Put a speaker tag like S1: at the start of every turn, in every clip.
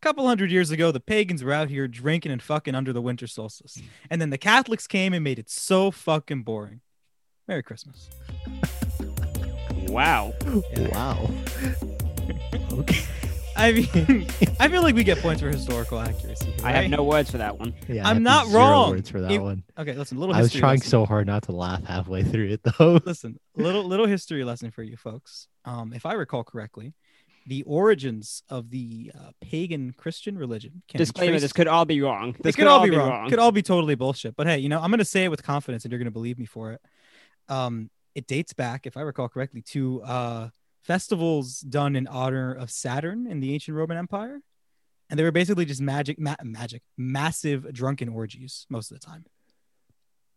S1: couple hundred years ago, the pagans were out here drinking and fucking under the winter solstice. And then the Catholics came and made it so fucking boring. Merry Christmas.
S2: Wow.
S3: Wow.
S1: Okay. I mean, I feel like we get points for historical accuracy.
S2: I have
S1: right?
S2: no words for that one.
S3: Yeah, I
S1: I'm
S3: had
S1: not
S3: zero
S1: wrong.
S3: Words for that
S1: It-
S3: one.
S1: Okay, listen, a little
S3: I was
S1: history.
S3: trying
S1: lesson.
S3: so hard not to laugh halfway through it though.
S1: listen, little little history lesson for you folks. Um, if I recall correctly, the origins of the uh, pagan Christian religion can be
S2: Disclaimer:
S1: traced-
S2: This could all be wrong.
S1: It
S2: This
S1: could all be wrong. Could all be totally bullshit. But hey, you know, I'm gonna say it with confidence, and you're gonna believe me for it. Um, it dates back, if I recall correctly, to uh, festivals done in honor of Saturn in the ancient Roman Empire, and they were basically just magic, ma- magic, massive drunken orgies most of the time.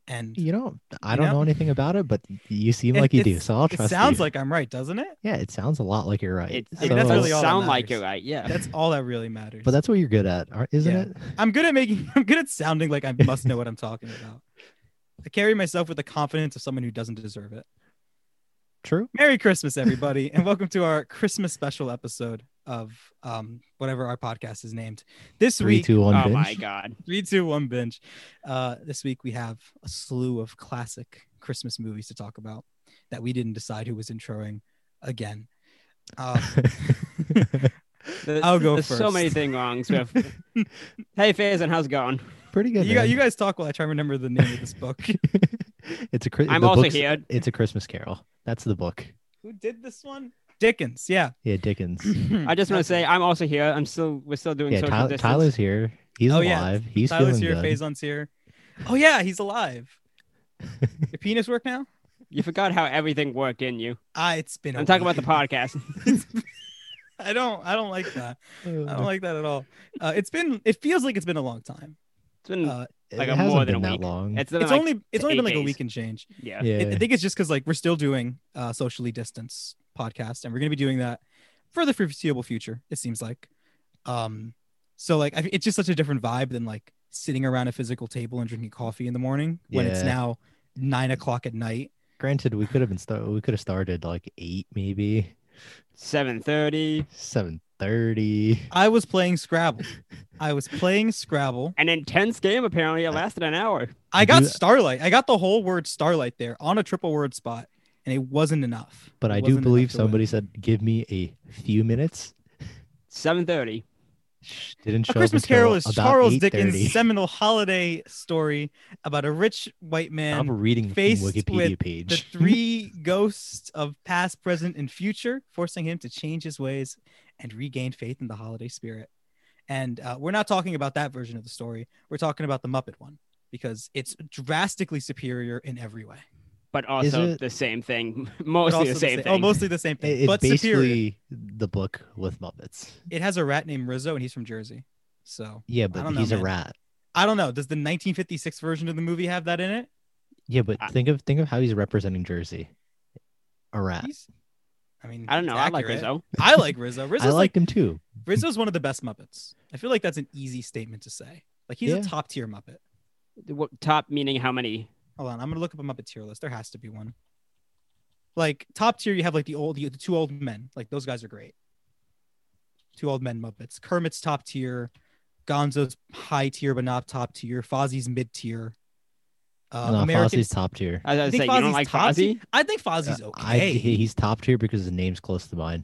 S1: And
S3: You know, I
S1: You
S3: don't
S1: know?
S3: know? anything about it, but you seem
S1: It-
S3: like you do,
S1: it's-
S3: so I'll
S1: it
S3: trust
S1: sounds
S3: you.
S1: like I'm right, doesn't it?
S3: yeah, it sounds a lot like you're right.
S2: It, it
S1: I mean,
S3: So-
S1: that's
S2: doesn't
S1: really all that
S2: sound like
S1: matters.
S2: you're right. Yeah.
S1: That's all that really matters.
S3: but that's what you're good at, aren't- isn't
S1: Yeah.
S3: it?
S1: I'm good at making I'm good at sounding like I must know what I'm talking about. I carry myself with the confidence of someone who doesn't deserve it.
S3: True.
S1: Merry Christmas, everybody, and welcome to our Christmas special episode of um whatever our podcast is named. This
S3: Three,
S1: week,
S3: two, one.
S2: oh
S3: binge.
S2: my god.
S1: three, two, one binge. Uh, this week we have a slew of classic Christmas movies to talk about that we didn't decide who was introing again. Uh,
S2: There-
S1: I'll go
S2: There's so
S1: first.
S2: many things wrong. Swift. hey, Faison, how's it going?
S3: Pretty good.
S1: you, guys,
S3: man.
S1: you guys talk while I try to remember the name of this book.
S3: it's a. Chri-
S2: I'm
S3: the
S2: also
S3: book's-
S2: here.
S3: It's a Christmas Carol. That's the book.
S1: who did this one? Dickens. Yeah.
S3: Yeah, Dickens.
S2: I just want to say I'm also here. I'm still. We're still doing
S3: yeah,
S2: social
S3: Tyler,
S2: distance.
S3: Tyler's here. He's
S1: Oh, yeah.
S3: alive. He's
S1: Tyler's here.
S3: feeling good.
S1: Faison's here. Oh yeah, he's alive. Your penis work now?
S2: You forgot how everything worked in you.
S1: Ah, it's been. a
S2: I'm talking
S1: week.
S2: about the podcast.
S1: I don't. I don't like that. I
S3: Uh,
S1: don't like that at all. Uh, it's been. It feels like it's been a long time.
S2: It's been.
S1: Uh,
S3: it
S2: like a
S3: hasn't
S2: more than
S3: been
S2: a
S3: that
S2: week.
S3: long.
S2: it's been
S1: it's
S2: like-
S1: only. It's only
S2: eight
S1: been like a
S2: days.
S1: week and change.
S2: Yeah.
S3: yeah.
S1: I- I think it's just because like we're still doing uh, socially distanced podcast, and we're gonna be doing that for the foreseeable future. It seems like. Um, so like I, it's just such a different vibe than like sitting around a physical table and drinking coffee in the morning when it's
S3: Yeah.
S1: now nine o'clock at night.
S3: Granted, we could have been start. We could have started like eight, maybe
S2: Seven thirty,
S3: seven thirty.
S1: I was playing Scrabble. I was playing Scrabble.
S2: an intense game. Apparently,
S3: Uh,
S2: it lasted an hour.
S1: I
S3: do
S1: got
S3: that.
S1: Starlight. I got the whole word Starlight there on a triple word spot, and it wasn't enough.
S3: But
S1: It
S3: I do
S1: wasn't
S3: believe
S1: enough to win.
S3: somebody said, "Give me a few minutes."
S2: Seven thirty.
S3: Shh, Didn't show
S1: A
S3: up
S1: Christmas
S3: until
S1: Carol is
S3: about
S1: Charles Dickens'
S3: 8:30.
S1: seminal holiday story about a rich white
S3: I'm
S1: man,
S3: reading the
S1: faced with
S3: Wikipedia
S1: the
S3: page.
S1: three ghosts of past, present, and future, forcing him to change his ways and regain faith in the holiday spirit. And uh, we're not talking about that version of the story. We're talking about the Muppet one because it's drastically superior in every way.
S2: But also
S3: it-
S2: the same thing.
S1: But
S2: Mostly
S1: also
S2: the same thing.
S1: Oh, mostly the same
S3: It-
S1: thing,
S3: it's
S1: but
S3: basically
S1: superior.
S3: the book with Muppets.
S1: It has a rat named Rizzo, and he's from Jersey. So
S3: Yeah,
S1: don't
S3: but
S1: know,
S3: he's a
S1: man.
S3: rat.
S1: I don't know. Does the 1956 version of the movie have that in it?
S3: Yeah, but
S2: I-
S3: think of think of how he's representing Jersey. A rat.
S1: He's- I mean,
S2: Uh, I don't
S1: it's
S2: know. I like
S1: accurate.
S2: Rizzo.
S1: I like Rizzo. Rizzo's
S3: I
S1: like,
S3: liked him too.
S1: Rizzo's one of the best Muppets. I feel like that's an easy statement to say. Like he's a
S3: Yeah.
S1: top tier Muppet.
S2: What, top meaning how many?
S1: Hold on, I'm gonna look up a Muppet tier list. There has to be one. Like top tier, you have like the old, the two old men. Like those guys are great. Two old men Muppets. Kermit's top tier. Gonzo's high tier but not top tier. Fozzie's mid tier. Uh,
S3: no,
S1: Americans.
S3: Fozzie's top tier.
S2: I was
S1: I
S2: gonna
S1: think
S2: say you don't
S1: Fozzie's
S2: like
S1: top tier?
S2: Fozzie.
S1: I think
S3: Uh,
S1: Fozzie's
S3: I,
S1: okay.
S3: he- he's top tier because his name's close to mine.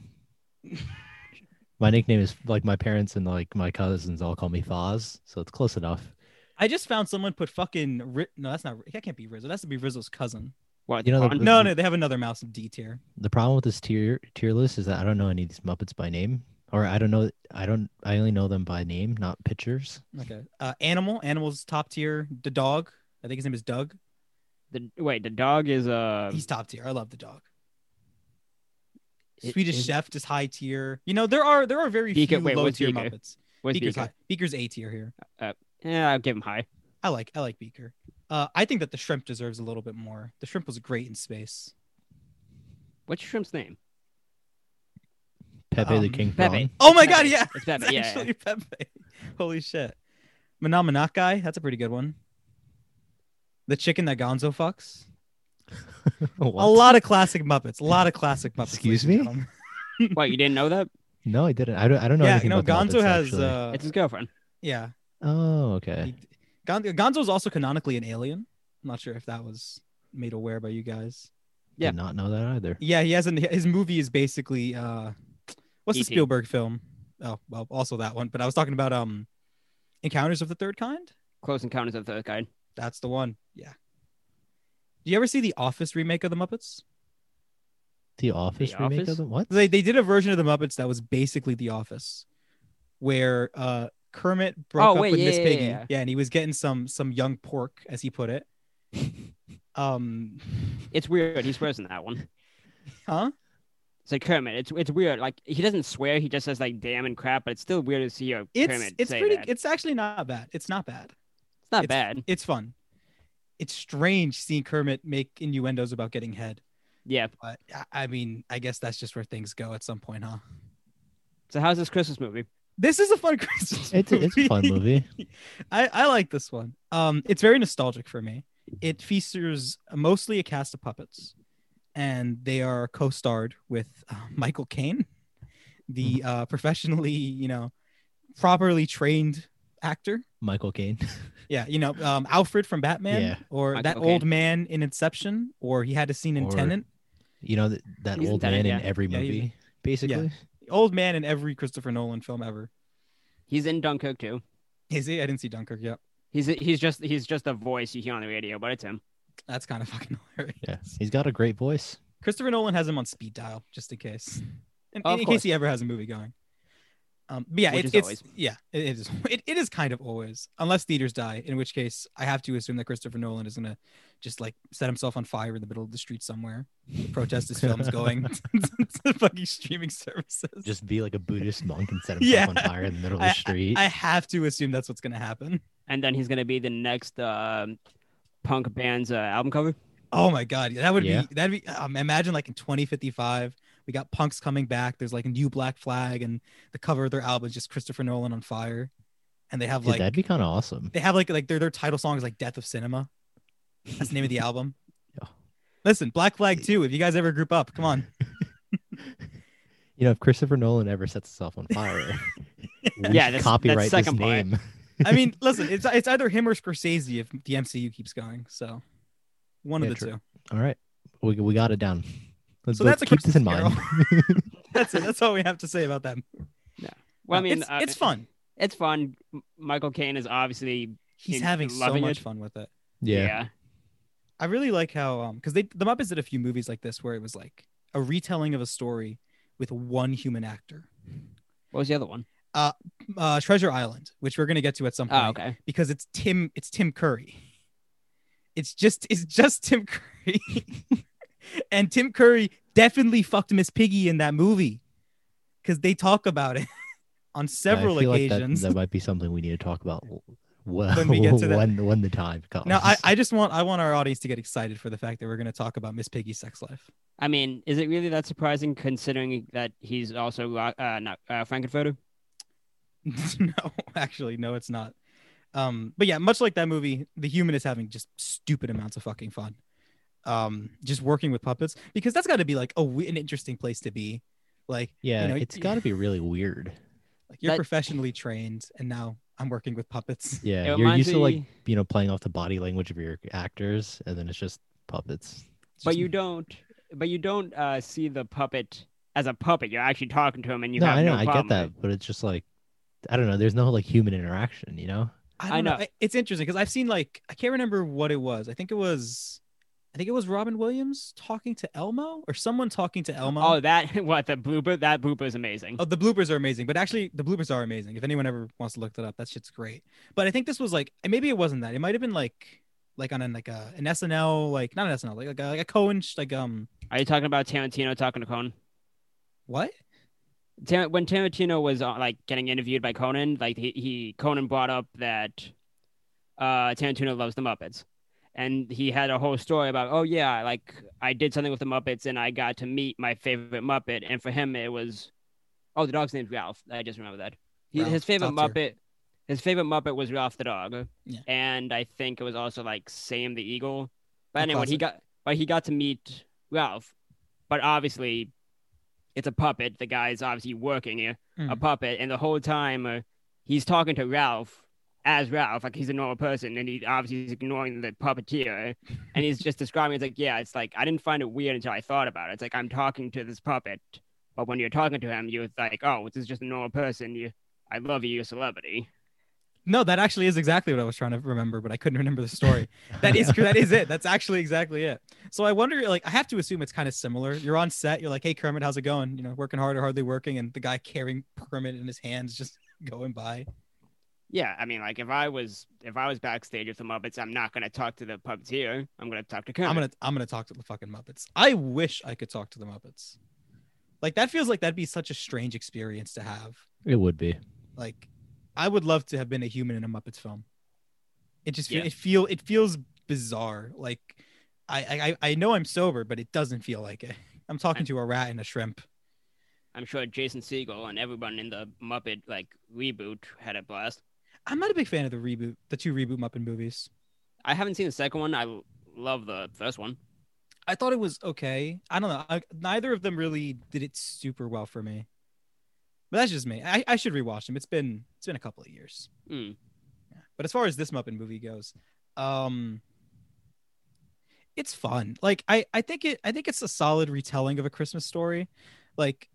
S3: my nickname is like my parents and like my cousins all call me Foz, so it's close enough.
S1: I just found someone put fucking Ri- no, that's not that can't be Rizzo. That's to be Rizzo's cousin.
S2: What?
S3: You know the-
S2: Fonz?
S1: No, no, they have another mouse in D tier.
S3: The problem with this tier tier list is that I don't know any of these Muppets by name, or I don't know. I don't. I only know them by name, not pictures.
S1: Okay. Uh, Animal, Animal's top tier. The dog, I think his name is Doug.
S2: The, wait, the dog is uh.
S1: He's top tier. I love the dog.
S2: It-
S1: Swedish
S2: it-
S1: Chef is high tier. You know there are there are very
S2: Beaker-
S1: few
S2: wait,
S1: low
S2: what's
S1: tier
S2: Beaker?
S1: Muppets.
S2: Where's
S1: Beaker's
S2: Beaker?
S1: high. Beaker's A tier here.
S2: Yeah, I'll give him high.
S1: I like I like Beaker. Uh, I think that the shrimp deserves a little bit more. The shrimp was great in space.
S2: What's your shrimp's name?
S3: Pepe the
S1: Um,
S3: King
S2: Pepe.
S3: Prawn.
S1: Oh my
S2: Pepe.
S1: god, yeah,
S2: It's
S1: it's
S2: Pepe. Yeah, yeah.
S1: actually Pepe. Holy shit. Manamanak guy, that's a pretty good one. The chicken that Gonzo fucks.
S3: What?
S1: A lot of classic Muppets. A lot of classic Muppets.
S3: Excuse
S1: ladies
S3: me?
S1: and gentlemen.
S2: What you didn't know that?
S3: No, I didn't. I don't. I don't know
S1: yeah,
S3: anything
S1: you know,
S3: about
S1: Gonzo
S3: Muppets,
S1: has.
S3: actually.
S1: Uh,
S2: It's his girlfriend.
S1: yeah,
S3: oh, okay.
S1: he- Gon- Gonzo's also canonically an alien. I'm not sure if that was made aware by you guys.
S2: yeah.
S3: Did not know that either.
S1: Yeah, he has an his movie is basically uh what's
S3: E
S1: the
S2: E.T..
S1: Spielberg film? Oh, well, also that one, but I was talking about um Encounters of the Third Kind.
S2: Close Encounters of the Third Kind.
S1: That's the one. Yeah. Do you ever see the Office remake of the Muppets?
S3: The Office remake
S2: Office?
S3: of them. What?
S1: They they did a version of the Muppets that was basically the Office where uh Kermit broke up
S2: Oh, wait,
S1: with
S2: yeah,
S1: Miss
S2: yeah,
S1: Piggy.
S2: yeah.
S1: and he was getting some some young pork as he put it. Um
S2: It's weird. He swears in that one.
S1: huh?
S2: It's like Kermit. It's it's weird. Like he doesn't swear. He just says like damn and crap. But it's still weird to see a
S1: It's
S2: Kermit
S1: it's
S2: say
S1: pretty
S2: that.
S1: it's actually not bad. It's not bad.
S2: It's not bad.
S1: it's fun. It's strange seeing Kermit make innuendos about getting head,
S2: Yeah.
S1: but I- I mean, I guess that's just where things go at some point, huh?
S2: So how's this Christmas movie?
S1: This is a fun Christmas.
S3: It's it's a fun movie.
S1: I, I like this one. Um, it's very nostalgic for me. It features mostly a cast of puppets, and they are co-starred with uh, Michael Caine, the uh, professionally, you know, properly trained actor.
S3: Michael Caine.
S1: Yeah, you know, um, Alfred from Batman,
S3: Yeah.
S1: or
S2: Michael
S1: that
S2: Caine.
S1: old man in Inception, or he had a scene in
S3: Or-
S1: Tenant.
S3: You know that, that
S2: He's in
S3: old
S2: Tenet,
S3: man in
S2: yeah.
S3: every
S1: Yeah, he's-
S3: movie, basically.
S1: Old man in every Christopher Nolan film ever.
S2: He's in Dunkirk too.
S1: Is he? I didn't see Dunkirk. Yep,
S2: He's he's just he's just a voice you hear on the radio, but it's him.
S1: that's kind of fucking hilarious.
S3: Yeah. he's got a great voice.
S1: Christopher Nolan has him on speed dial just in case, in,
S2: Of
S1: in
S2: course.
S1: case he ever has a movie going. Um, but yeah,
S2: Which
S1: it,
S2: is
S1: it's
S2: always.
S1: yeah, it, it is. It, it is kind of always, unless theaters die, in which case I have to assume that Christopher Nolan is gonna just like set himself on fire in the middle of the street somewhere, protest his films going to fucking streaming services.
S3: Just be like a Buddhist monk and set
S1: Yeah.
S3: himself on fire in the middle of the street.
S1: I have to assume that's what's gonna happen.
S2: And then he's gonna be the next um, punk band's uh, album cover.
S1: Oh my god, that would
S3: Yeah.
S1: be that'd be um, imagine like in 2055 we got punks coming back. There's like a new Black Flag, and the cover of their album is just Christopher Nolan on fire, and they have
S3: Dude,
S1: like
S3: that'd be kind of awesome.
S1: they have like like their their title song is like Death of Cinema. That's the name of the album.
S3: Yeah.
S1: Listen, Black Flag too. If you guys ever group up, come on.
S3: You know, if Christopher Nolan ever sets himself on fire, we
S2: Yeah,
S3: should
S2: that's-
S3: copyright
S2: that's second
S3: this
S2: part.
S3: name.
S1: I mean, listen, it's it's either him or Scorsese if the MCU keeps going. So one
S3: Yeah,
S1: of the
S3: true.
S1: two.
S3: All right, we, we got it down. Let's
S1: So
S3: both
S1: that's a
S3: keep this in
S1: Christmas
S3: mind.
S1: That's it. That's all we have to say about that.
S2: Well, I mean,
S1: it's,
S2: uh,
S1: it's fun.
S2: It's fun. M- Michael Caine is obviously
S1: He's
S2: in-
S1: having so
S2: loving
S1: much
S2: it.
S1: fun with it.
S3: yeah.
S1: I really like how um because they the Muppets did a few movies like this where it was like a retelling of a story with one human actor.
S2: What was the other one?
S1: Uh, Treasure Island, which we're gonna get to at some point,
S2: Oh, okay.
S1: because it's Tim it's Tim Curry. It's just it's just Tim Curry, and Tim Curry definitely fucked Miss Piggy in that movie, because they talk about it on
S3: Yeah, I
S1: several
S3: feel like that-
S1: occasions.
S3: that, might be something we need to talk about. w- Well,
S1: When we get to that.
S3: when when the time comes.
S1: now I, I just want I want our audience to get excited for the fact that we're gonna talk about Miss Piggy's sex life.
S2: I mean, is it really that surprising considering that he's also Ro- uh, not uh, Frankenfurter?
S1: no, actually, no, it's not. Um, but yeah, much like that movie, the human is having just stupid amounts of fucking fun. Um, just working with puppets because that's got to be like a we- an interesting place to be. Like,
S3: yeah,
S1: you know,
S3: it's got to be really weird.
S1: like you're
S2: that-
S1: professionally trained, and now I'm working with puppets.
S2: It
S3: Yeah, you're
S2: reminds
S3: used to like
S2: me-
S3: you know playing off the body language of your actors, and then it's just puppets.
S1: It's
S2: But
S1: just-
S2: you don't. But you don't uh, see the puppet as a puppet. You're actually talking to him, and you
S3: no,
S2: have
S3: I know,
S2: no
S3: I
S2: problem
S3: get
S2: with it.
S3: that, but it's just like I don't know. There's no like human interaction, you know.
S1: I,
S2: I
S1: don't know.
S2: know.
S1: I- It's interesting because I've seen like I can't remember what it was. I think it was, I think it was Robin Williams talking to Elmo or someone talking to Elmo.
S2: Oh, that what the blooper? That blooper is amazing.
S1: Oh, the bloopers are amazing, but actually, the bloopers are amazing. If anyone ever wants to look that up, that shit's great. But I think this was like and maybe it wasn't that. It might have been like like on an like a an SNL like not an SNL like like a, like a Cohen sh- like um
S2: Are you talking about Tarantino talking to Conan?
S1: what
S2: Tar- when Tarantino was uh, like getting interviewed by Conan, like he, he Conan brought up that uh, Tarantino loves the Muppets, and he had a whole story about oh yeah, like I did something with the Muppets and I got to meet my favorite Muppet, and for him it was oh the dog's name's Ralph. I just remember that he,
S1: Ralph,
S2: his favorite
S1: top
S2: Muppet. His favorite Muppet was Ralph the dog,
S1: Yeah.
S2: and I think it was also like Sam the eagle.
S1: The
S2: But anyway, he got but he got to meet Ralph, but obviously it's a puppet. The guy's obviously working here, a
S1: Mm.
S2: puppet, and the whole time uh, he's talking to Ralph as Ralph, like he's a normal person, and he obviously is ignoring the puppeteer, and he's just describing. It's like, yeah, it's like I didn't find it weird until I thought about it. It's like I'm talking to this puppet, but when you're talking to him, you're like, oh, this is just a normal person. You, I love you, you're a celebrity.
S1: No, that actually is exactly what I was trying to remember, but I couldn't remember the story. that is that is it. That's actually exactly it. So I wonder, like, I have to assume it's kind of similar. You're on set, you're like, "Hey Kermit, how's it going? You know, working hard or hardly working?" And the guy carrying Kermit in his hands just going by.
S2: Yeah, I mean, like if I was if I was backstage with the Muppets, I'm not gonna talk to the puppeteer. I'm gonna talk to Kermit.
S1: I'm gonna I'm gonna talk to the fucking Muppets. I wish I could talk to the Muppets. Like that feels like that'd be such a strange experience to have.
S3: It would be.
S1: Like, I would love to have been a human in a Muppets film. It just fe-
S2: Yeah.
S1: it feel it feels bizarre. Like, I, I I know I'm sober, but it doesn't feel like it. I'm talking to a rat and a shrimp.
S2: I'm sure Jason Segel and everyone in the Muppet like reboot had a blast.
S1: I'm not a big fan of the reboot, the two reboot Muppet movies.
S2: I haven't seen the second one. I l- love the first one.
S1: I thought it was okay. I don't know. I, neither of them really did it super well for me. But that's just me. I, I should rewatch them. It's been it's been a couple of years.
S2: Hmm.
S1: But as far as this Muppet movie goes, um it's fun. Like I I think it I think it's a solid retelling of a Christmas story. Like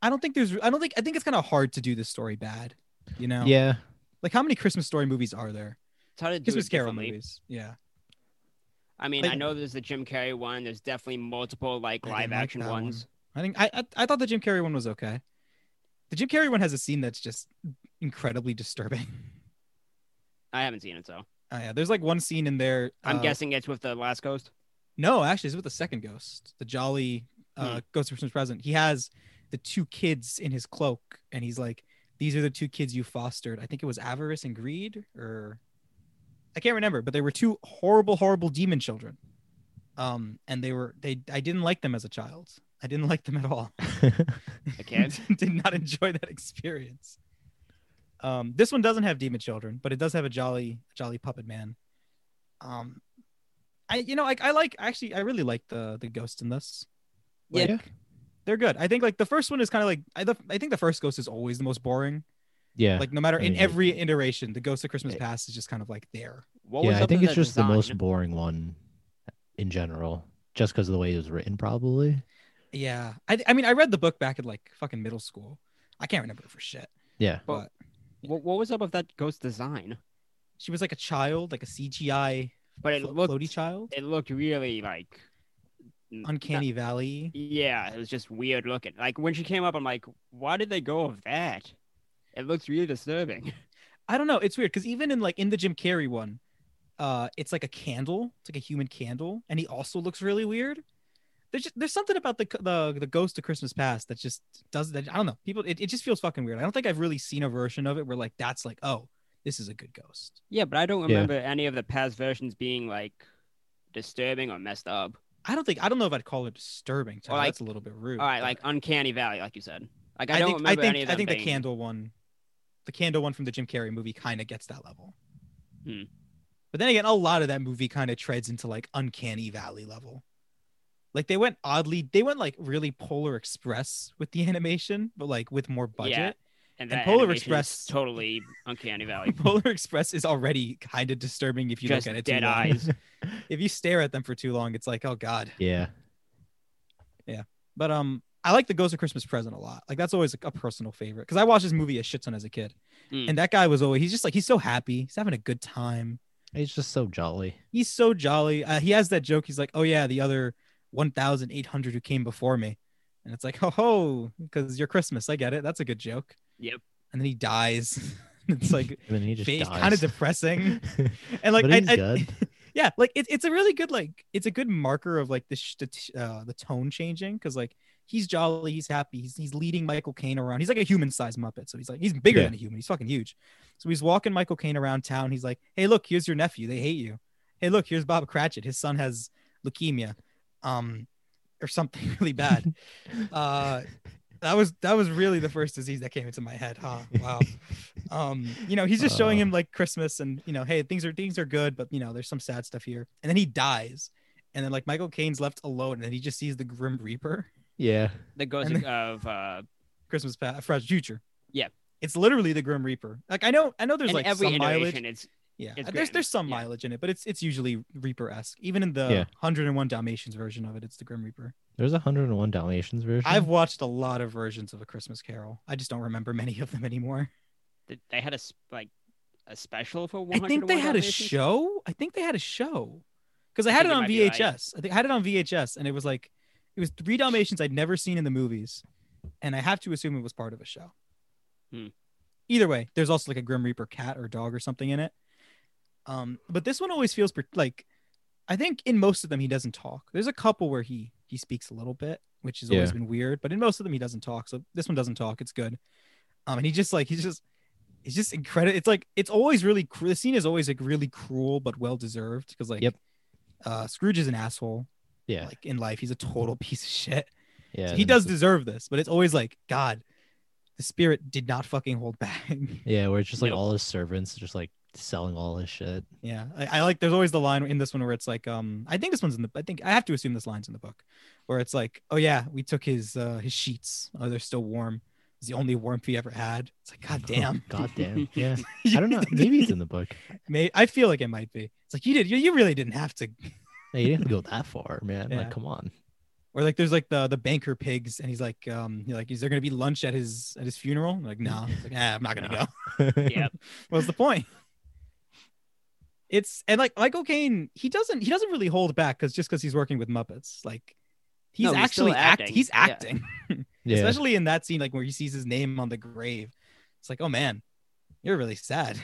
S1: I don't think there's I don't think I think it's kind of hard to do this story bad, you know?
S3: Yeah.
S1: Like how many Christmas story movies are there?
S2: It's hard to do
S1: Christmas
S2: it
S1: Carol
S2: differently.
S1: movies. Yeah.
S2: I mean,
S1: Like-
S2: I know there's the Jim Carrey one. There's definitely multiple
S1: I
S2: like
S1: didn't
S2: live
S1: like
S2: action
S1: that one.
S2: ones.
S1: I think I, I I thought the Jim Carrey one was okay. The Jim Carrey one has a scene that's just incredibly disturbing.
S2: I haven't seen it, so
S1: Uh, yeah, there's like one scene in there.
S2: I'm
S1: uh,
S2: guessing it's with the Last Ghost.
S1: No, actually, it's with the second ghost, the jolly uh, ghost of Christmas present. He has the two kids in his cloak, and he's like, "These are the two kids you fostered." I think it was avarice and greed, or I can't remember, but they were two horrible, horrible demon children. Um, and they were they. I didn't like them as a child. I didn't like them at all.
S2: The kid.
S1: did not enjoy that experience. Um, this one doesn't have demon children, but it does have a jolly, jolly puppet man. Um, I you know like I like actually I really like the the ghost in this.
S2: Yeah.
S1: Like, they're good. I think like the first one is kind of like I, the, I think the first ghost is always the most boring.
S3: yeah.
S1: Like no matter
S3: I
S1: in
S3: mean,
S1: every iteration, the ghost of Christmas
S3: it-
S1: past is just kind of like there.
S2: What was
S3: yeah, I
S2: up
S3: think
S2: with
S3: it's just the most
S2: design?
S3: boring one in general, just because of the way it was written, probably.
S1: Yeah. I I mean I read the book back in like fucking middle school. I can't remember for shit.
S3: Yeah.
S2: But what, what was up with that ghost design?
S1: She was like a child, like a CGI
S2: But it
S1: flo-
S2: looked
S1: floaty child,
S2: it looked really like n-
S1: uncanny valley.
S2: Yeah, it was just weird looking. Like when she came up, I'm like, why did they go with that? It looks really disturbing.
S1: I don't know. It's weird because even in like in the Jim Carrey one, uh, it's like a candle. It's like a human candle, and he also looks really weird. There's just, there's something about the c- the the Ghost of Christmas Past that just does that. I don't know. People, it, it just feels fucking weird. I don't think I've really seen a version of it where like that's like oh this is a good ghost.
S2: Yeah, but I don't
S3: Yeah.
S2: remember any of the past versions being like disturbing or messed up.
S1: I don't think I don't know if I'd call it disturbing. Tyler.
S2: like-
S1: that's a little bit rude.
S2: All right,
S1: but
S2: like Uncanny Valley, like you said. Like I,
S1: I,
S2: don't
S1: think I
S2: remember
S1: think
S2: any of
S1: I
S2: them
S1: think the
S2: being-
S1: candle one, the candle one from the Jim Carrey movie kind of gets that level.
S2: Hmm.
S1: But then again, a lot of that movie kind of treads into like uncanny valley level. Like they went oddly, they went like really Polar Express with the animation, but like with more budget.
S2: and,
S1: and
S2: that
S1: Polar
S2: animation is
S1: Express-
S2: totally Uncanny Valley.
S1: Polar Express is already kind of disturbing if you
S2: just
S1: look at it.
S2: dead
S1: too long.
S2: eyes.
S1: If you stare at them for too long, it's like, oh god.
S3: Yeah.
S1: But um, I like the Ghost of Christmas Present a lot. Like that's always like, a personal favorite because I watched this movie a shit ton as a kid,
S2: Mm.
S1: and that guy was always he's just like he's so happy, he's having a good time.
S3: It's just so jolly.
S1: He's so jolly. Uh, he has that joke. He's like, oh yeah, the other one thousand eight hundred who came before me, and it's like, ho ho, because you're Christmas. I get it. That's a good joke.
S2: Yep.
S1: And then he dies. it's like
S3: And then he just
S1: it's
S3: dies.
S1: kind of depressing, and like
S3: but
S1: I-
S3: it's
S1: I-
S3: good.
S1: yeah like it, it's a really good like it's a good marker of like the sh- the, t- uh, the tone changing because like he's jolly he's happy he's, he's leading michael caine around he's like a human-sized muppet so he's like he's bigger
S3: Yeah.
S1: than a human he's fucking huge so he's walking michael caine around town he's like hey look here's your nephew they hate you hey look here's bob cratchit his son has leukemia um or something really bad uh that was that was really the first disease that came into my head huh wow um you know he's just showing
S3: Oh.
S1: him like christmas and you know hey things are things are good but you know there's some sad stuff here and then he dies and then like michael caine's left alone and then he just sees the grim reaper
S3: Yeah.
S2: The ghost
S1: And
S2: of uh,
S1: Christmas past, fresh future.
S2: Yeah.
S1: it's literally the Grim Reaper. Like I know, I know there's
S2: in
S1: like
S2: every
S1: some mileage.
S2: iteration. It's
S1: Yeah,
S2: It's
S1: there's
S2: grand.
S1: there's some
S2: Yeah.
S1: mileage in it, but it's it's usually Reaper esque. Even in the
S3: Yeah.
S1: 101 Dalmatians version of it, it's the Grim Reaper.
S3: There's a 101 Dalmatians version.
S2: Mm-hmm.
S1: I've watched a lot of versions of A Christmas Carol. I just don't remember many of them anymore.
S2: th- they had a s- like a special for
S1: I
S2: 101
S1: think they had a
S2: Dalmatians?
S1: show. I think they had a show because I
S2: I
S1: had
S2: think
S1: it
S2: you
S1: on
S2: might be right.
S1: VHS. I think I had it on VHS, and it was like it was three Dalmatians I'd never seen in the movies, and I have to assume it was part of a show.
S2: Hmm.
S1: Either way, there's also like a Grim Reaper cat or dog or something in it. Um, but this one always feels per- like I think in most of them he doesn't talk. There's a couple where he he speaks a little bit, which has always
S3: Yeah.
S1: been weird. But in most of them he doesn't talk. So this one doesn't talk. It's good. Um, and he just like he's just he's just incredible. It's like it's always really cru- the scene is always like really cruel but well deserved because like
S3: Yep.
S1: uh, Scrooge is an asshole.
S3: yeah.
S1: Like in life, he's a total piece of shit.
S3: yeah.
S1: So
S3: and
S1: he
S3: then
S1: does
S3: it's-
S1: deserve this, but it's always like God, the spirit did not fucking hold back.
S3: Yeah, where it's just like
S2: Nope.
S3: all his servants just like selling all his shit.
S1: Yeah, I, I like. There's always the line in this one where it's like, um, I think this one's in the. I think I have to assume this line's in the book, where it's like, oh yeah, we took his uh his sheets. Oh, they're still warm. It's the only warmth he ever had. It's like, god damn.
S3: God damn. Yeah. I don't know. Maybe it's in the book.
S1: May, I feel like it might be. It's like you did. You, you really didn't have to.
S3: Hey, you didn't have to go that far, man.
S1: Yeah.
S3: Like, come on.
S1: Or like, there's like the the banker pigs, and he's like, um, he's like, is there gonna be lunch at his at his funeral? I'm like, no. Nah. It's Like, nah, I'm not gonna
S3: No.
S1: go.
S2: Yeah,
S1: What's the point? It's and like Michael Caine, he doesn't he doesn't really hold back because just because he's working with Muppets, like he's
S2: No, he's still
S1: actually act,
S2: acting.
S1: he's
S2: Yeah.
S1: acting,
S3: Yeah.
S1: especially in that scene, like where he sees his name on the grave. It's like, oh man, you're really sad.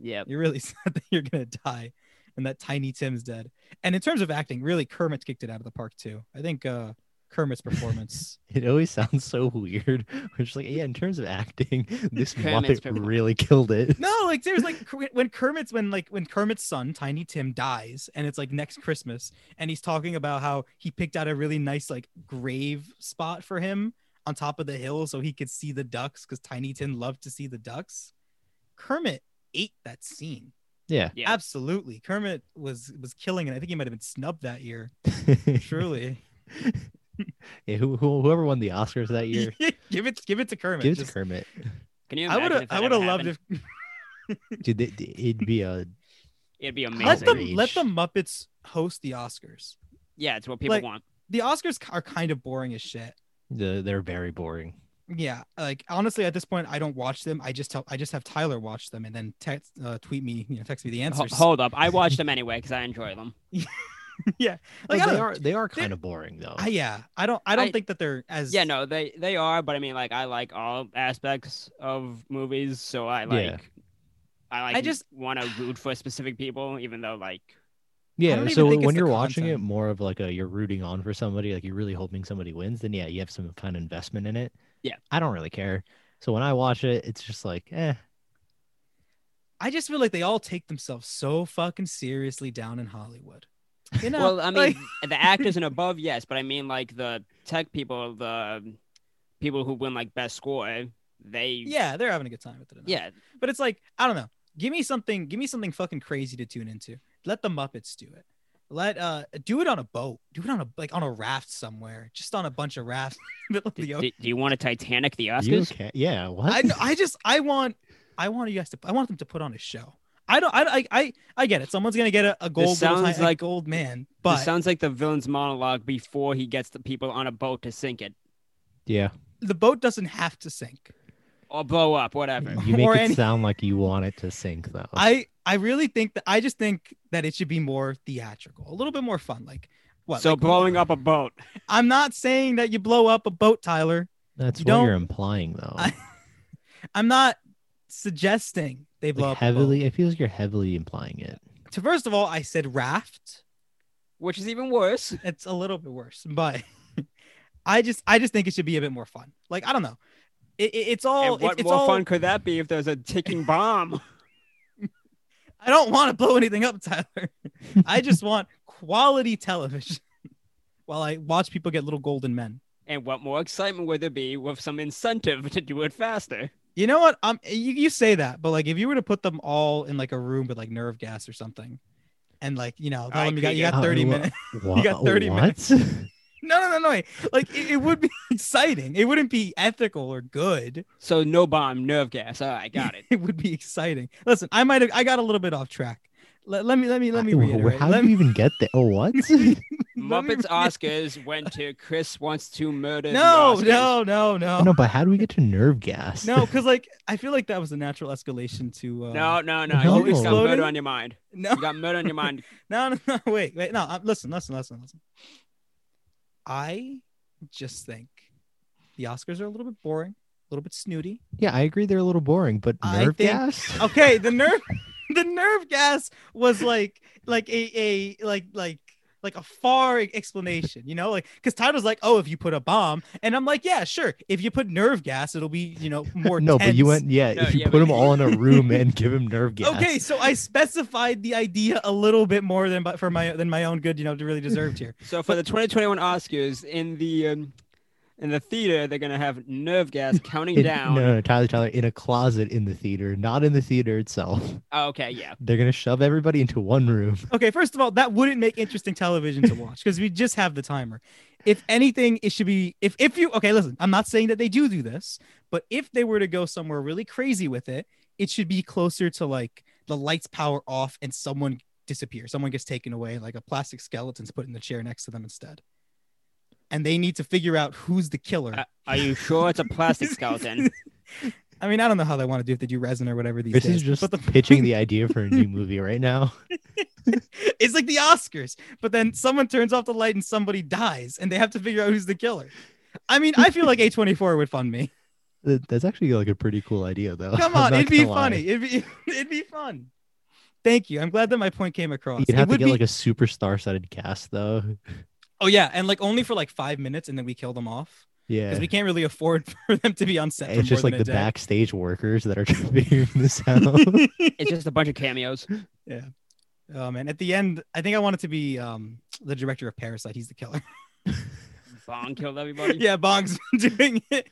S2: yeah.
S1: You're really sad that you're gonna die, and that Tiny Tim's dead. And in terms of acting, really Kermit kicked it out of the park too. I think uh Kermit's performance.
S3: It always sounds so weird. Which, like, yeah, in terms of acting, this
S2: Kermit's
S3: Muppet
S2: perfect.
S3: really killed it.
S1: No, like there's like Ker- when Kermit's when like when Kermit's son Tiny Tim dies, and it's like next Christmas, and he's talking about how he picked out a really nice like grave spot for him on top of the hill so he could see the ducks because Tiny Tim loved to see the ducks. Kermit ate that scene
S3: Yeah.
S2: Yeah.
S1: absolutely. Kermit was was killing it. I think he might have been snubbed that year. Truly,
S3: yeah who, who, whoever won the Oscars that year,
S1: give it give it to Kermit.
S3: give it to
S1: Just-
S3: Kermit.
S2: Can you?
S1: I
S2: Imagine
S1: would have
S2: if that
S1: I would have
S2: ever
S1: loved
S2: happened?
S1: if
S3: Dude, it, it'd be a
S2: It'd be amazing.
S1: let them
S3: Outrage.
S1: let the Muppets host the Oscars.
S2: yeah, it's what people
S1: like-
S2: want.
S1: The Oscars are kind of boring as shit.
S3: the, they're very boring.
S1: Yeah, like honestly, at this point, I don't watch them. I just tell, I just have Tyler watch them and then text, uh, tweet me, you know, text me the
S2: Ho-
S1: answers.
S2: hold up, I watched them anyway because I enjoy them.
S1: like,
S3: No,
S1: I
S3: they
S1: don't-
S3: are they
S1: they're-
S3: are kind of boring though.
S1: I, yeah, I don't, I don't
S2: I-
S1: think that they're as
S2: Yeah, no, they they are, but I mean, like, I like all aspects of movies, so I like,
S3: Yeah.
S2: I like,
S1: I just-
S2: want to root for specific people, even though like,
S1: don't
S3: yeah.
S1: even
S3: So
S1: think it's
S3: when
S1: the
S3: you're watching it,
S1: content.
S3: more of like a you're rooting on for somebody, like you're really hoping somebody wins. Then yeah, you have some kind of investment in it.
S2: Yeah.
S3: I don't really care. So when I watch it, it's just like, eh,
S1: I just feel like they all take themselves so fucking seriously down in Hollywood. You know,
S2: well, I mean,
S1: like-
S2: the actors and above, yes, but I mean, like the tech people, the people who win like best score, they,
S1: yeah, they're having a good time with it. enough.
S2: yeah,
S1: but it's like I don't know. Give me something. Give me something fucking crazy to tune into. Let the Muppets do it. Let uh do it on a boat. Do it on a like on a raft somewhere. Just on a bunch of rafts. in the middle of
S2: Do,
S1: the
S2: do- do you want a Titanic the
S3: you
S2: Oscars?
S3: okay? Yeah. What?
S1: I, I just I want I want you guys to I want them to put on a show. I don't I I I, I get it. Someone's gonna get a, a gold little
S2: sounds
S1: ti- a
S2: like-
S1: gold man,
S2: This
S1: but
S2: sounds like the villain's monologue before he gets the people on a boat to sink it
S3: yeah.
S1: the boat doesn't have to sink.
S2: or blow up, whatever.
S3: You make
S1: Or
S3: it
S1: any-
S3: sound like you want it to sink though.
S2: Oh.
S1: I I really think that I just think that it should be more theatrical, a little bit more fun. Like what?
S2: so
S1: like,
S2: blowing up a boat.
S1: I'm not saying that you blow up a boat, Tyler.
S3: That's
S1: you
S3: what you're
S1: don't-
S3: implying though.
S1: I I'm not suggesting they blow up
S3: like
S1: a boat.
S3: heavily, it feels like you're heavily implying it.
S1: To first of all, I said raft.
S2: which is even worse.
S1: it's a little bit worse but i just i just think it should be a bit more fun like i don't know it, it- it's all
S2: and what
S1: it's- it's
S2: more
S1: all
S2: fun could that be if there's a ticking bomb?
S1: i don't want to blow anything up tyler i just want quality television while i watch people get little golden men
S2: and what more excitement would there be with some incentive to do it faster?
S1: you know what i'm you, you say that but like if you were to put them all in like a room with like nerve gas or something and like you know tell
S2: right,
S1: them you got you
S2: Krieger.
S1: got 30
S3: Oh,
S1: minutes
S3: Wha-
S1: got 30
S3: what?
S1: No, no, no, no. wait. Like it, it would be exciting. It wouldn't be ethical or good.
S2: So no bomb, nerve gas. All right, got it.
S1: It would be exciting. Listen, I might have I got a little bit off track. Let, let me let me let me
S3: I- wh-
S1: reiterate.
S3: How
S1: Let
S3: do
S1: me,
S3: you even get there? Oh, what?
S1: let me
S2: Muppets Oscars went to Chris wants to murder. the
S1: no,
S2: Oscars.
S1: no, no, no,
S3: no, but how do we get to nerve gas?
S1: no, because like I feel like that was a natural escalation to uh,
S2: No, no, no.
S3: No.
S2: You just got
S1: Exploded?
S2: murder on your mind.
S1: no,
S2: You got murder on your mind.
S1: no, no, no. Wait, wait, no. uh, Listen, listen, listen, listen. I just think the Oscars are a little bit boring, a little bit snooty.
S3: Yeah, I agree. They're a little boring, but
S1: I
S3: nerve
S1: think-
S3: gas.
S1: okay the nerve the nerve gas was like like a a like like like a far e-, explanation you know like because tyler's like oh if you put a bomb and i'm like yeah sure if you put nerve gas it'll be you know more
S3: no, but you
S1: tense."
S3: went. Yeah,
S2: No,
S3: if you
S2: yeah,
S3: put
S2: but-
S3: them all in a room and give them nerve gas.
S1: okay so i specified the idea a little bit more than but for my than my own good you know to really deserved here
S2: So for the 2021 Oscars in the um, in the theater, they're gonna have nerve gas counting
S3: In-
S2: down.
S3: No, no, Tyler, Tyler, in a closet in the theater, not in the theater itself.
S2: Oh, okay, yeah.
S3: They're gonna shove everybody into one room.
S1: okay first of all that wouldn't make interesting television to watch because we just have the timer if anything it should be if if you okay listen i'm not saying that they do do this but if they were to go somewhere really crazy with it it should be closer to like the lights power off and someone disappears someone gets taken away like a plastic skeleton's put in the chair next to them instead and they need to figure out who's the killer
S2: Uh, are you sure it's a plastic skeleton?
S1: i mean i don't know how they want to do if they do resin or whatever these
S3: This
S1: days
S3: is just
S1: but the
S3: pitching the idea for a new movie right now.
S1: it's like the Oscars, but then someone turns off the light and somebody dies, and they have to figure out who's the killer. I mean, I feel like A24 would fund me.
S3: That- That's actually like a pretty cool idea, though.
S1: Come
S3: I'm
S1: on,
S3: not
S1: it'd be
S3: gonna lie.
S1: funny. It'd be it'd be fun. Thank you. I'm glad that my point came across.
S3: You'd
S1: it
S3: have to
S1: would
S3: get
S1: be,
S3: like a super star-studded cast, though.
S1: oh yeah, and like only for like five minutes, and then we kill them off because
S3: Yeah,
S1: we can't really afford for them to be on set. For
S3: it's just
S1: more
S3: like the
S1: than a
S3: backstage workers that are trying to figure this out.
S1: day.
S2: It's just a bunch of cameos.
S1: oh man, at the end, I think I want it to be um the director of Parasite. He's the killer.
S2: Bong killed everybody.
S1: yeah, Bong's been doing it.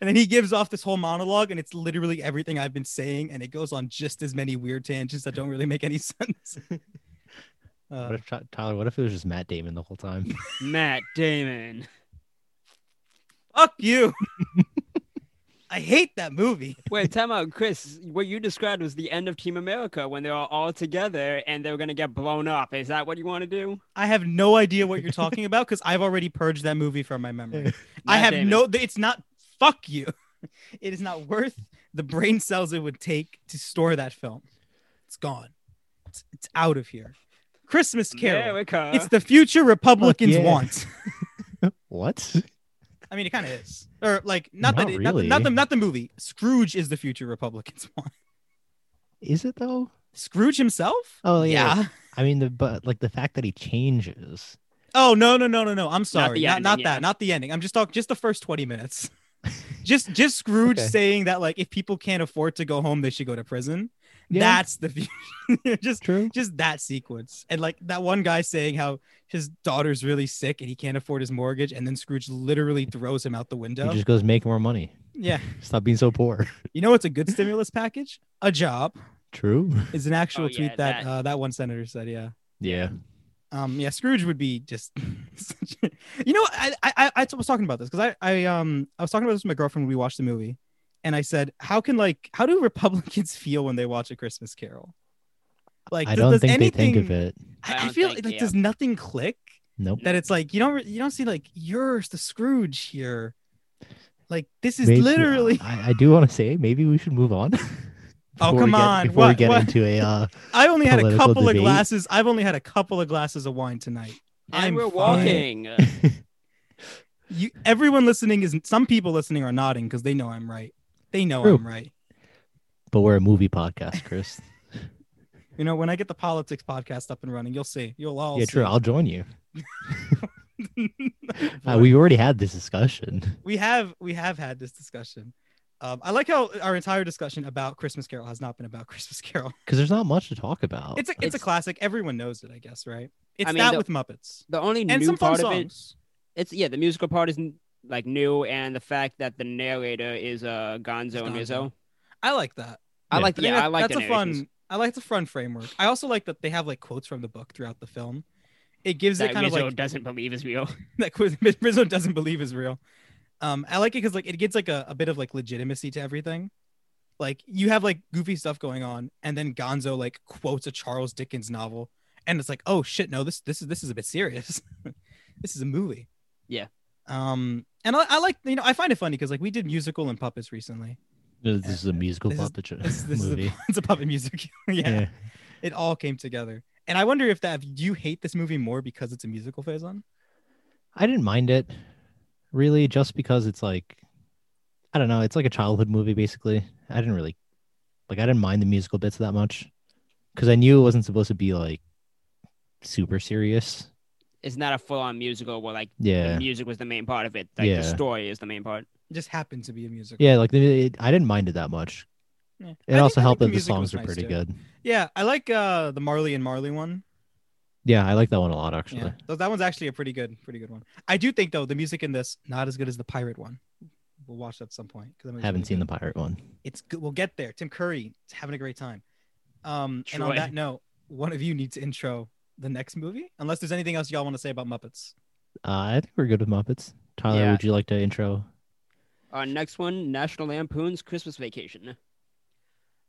S1: And then he gives off this whole monologue, and it's literally everything I've been saying, and it goes on just as many weird tangents that don't really make any sense.
S3: What
S1: Uh,
S3: if Ty- Tyler? What if it was just Matt Damon the whole time?
S2: Matt Damon.
S1: fuck you. I hate that movie.
S2: Wait, time out, Chris. What you described was the end of Team America when they were all together and they were gonna get blown up. Is that what you want to do?
S1: I have no idea what you're talking about because I've already purged that movie from my memory. I
S2: Matt
S1: have
S2: Damon.
S1: no, it's not, fuck you. It is not worth the brain cells it would take to store that film. It's gone, it's, it's out of here. Christmas Carol.
S2: America.
S1: It's the future Republicans
S3: yeah.
S1: want.
S3: what?
S1: I mean, it kind of is, or like not,
S3: Not
S1: that it- not, the-
S3: really.
S1: not the not the movie. Scrooge is the future Republicans want.
S3: Is it though?
S1: Scrooge himself?
S3: Oh yeah. I mean, the but like the fact that he changes.
S1: Oh no no no no no. I'm sorry.
S2: the
S1: Not
S2: ending,
S1: not,
S2: yeah.
S1: that. Not the ending. I'm just talking just the first 20 minutes. just just Scrooge
S3: Okay.
S1: saying that like if people can't afford to go home, they should go to prison.
S3: Yeah,
S1: That's the future. just
S3: true.
S1: just that sequence and like that one guy saying how his daughter's really sick and he can't afford his mortgage and then scrooge literally throws him out the window
S3: He just goes make more money.
S1: yeah
S3: Stop being so poor.
S1: you know what's a good stimulus package a job
S3: True.
S1: is an actual
S2: Oh,
S1: tweet
S2: yeah,
S1: that
S2: that-
S1: uh, that one senator said. Yeah.
S3: Yeah.
S1: Um. Yeah. Scrooge would be just. such a- you know, I I I- I was talking about this because I I um I was talking about this with my girlfriend when we watched the movie, and I said, how can like how do Republicans feel when they watch A Christmas Carol? Like,
S3: I
S1: does-
S3: don't
S1: does
S3: think
S1: anything,
S3: they think of it.
S2: I
S1: I, I
S2: don't
S1: feel
S2: think-
S1: like
S2: yeah.
S1: does nothing click
S3: Nope.
S1: that it's like you don't you don't see like you're the Scrooge here. Like this is
S3: Maybe-
S1: literally. Oh,
S3: I, I do want to say maybe we should move on. Before we
S1: come
S3: get-
S1: on,
S3: Before we
S1: what-
S3: get
S1: what?
S3: into a uh,
S1: I only had a
S3: political
S1: couple of
S3: debate.
S1: glasses. I've only had a couple of glasses of wine tonight.
S2: and
S1: I'm
S2: we're
S1: fine.
S2: walking.
S1: you everyone listening is some people listening are nodding because they know I'm right. They know
S3: True.
S1: I'm right.
S3: but we're a movie podcast, Chris.
S1: You know, when I get the politics podcast up and running, you'll see. You'll all
S3: yeah,
S1: see.
S3: true. I'll join you. Uh,
S1: Boy.
S3: we've already had this discussion.
S1: we have we have had this discussion. Um, I like how our entire discussion about Christmas Carol has not been about Christmas Carol.
S3: because there's not much to talk about.
S1: It's a, it's, a
S2: Oh, It's-
S1: classic. Everyone knows it, I guess, right? It's
S2: mean,
S1: that
S2: the-
S1: with Muppets
S2: The only
S1: and
S2: new
S1: some fun
S2: part of it,
S1: songs.
S2: it's yeah, the musical part is n- like new, and the fact that the narrator is uh Gonzo
S1: Gonzo.
S2: and Rizzo.
S1: I like that.
S2: I
S3: Yeah.
S2: like
S1: I think
S2: yeah,
S1: that-
S2: I like
S1: that's
S2: the
S1: a fun.
S2: narrations.
S1: I like the fun framework. I also like that they have like quotes from the book throughout the film. it gives
S2: that
S1: it kind
S2: Rizzo
S1: of like
S2: doesn't believe is real.
S1: that Quiz- Rizzo doesn't believe is real. Um, I like it because like it gets like a, a bit of like legitimacy to everything. Like you have like goofy stuff going on, and then Gonzo like quotes a Charles Dickens novel, and it's like, oh shit, no, this this is this is a bit serious. this is a movie.
S2: Yeah.
S1: Um, and I, I like you know I find it funny because like we did musical and puppets recently.
S3: No, This is a musical
S1: This is-
S3: puppet show-
S1: This, this
S3: movie.
S1: is a, it's a puppet music. yeah, it all came together. And I wonder if that if you hate this movie more because it's a musical phase on.
S3: I didn't mind it really just because it's like I don't know, it's like a childhood movie basically. I didn't really like I didn't mind the musical bits that much cuz I knew it wasn't supposed to be like super serious.
S2: It's not a full-on musical where like the
S3: Yeah.
S2: music was the main part of it. Like
S3: Yeah.
S2: the story is the main part.
S1: It just happened to be a musical.
S3: Yeah, like the, it, I didn't mind it that much.
S1: Yeah. I
S3: It
S1: think-
S3: also
S1: I think
S3: helped that the
S1: music
S3: songs
S1: was
S3: were
S1: nice,
S3: pretty
S1: too.
S3: good.
S1: Yeah, I like uh the Marley and Marley one.
S3: Yeah, I like that one a lot actually.
S1: Yeah, so that one's actually a pretty good, pretty good one. I do think though the music in this not as good as the pirate one. We'll watch that at some point because
S3: Haven't seen the pirate one.
S1: It's good. We'll get there. Tim Curry is having a great time. Um, and on
S2: Troy.
S1: that note, one of you needs to intro the next movie, unless there's anything else y'all want to say about Muppets.
S3: Uh, I think we're good with Muppets. Tyler,
S2: Yeah.
S3: would you like to intro?
S2: Our next one, National Lampoon's Christmas Vacation.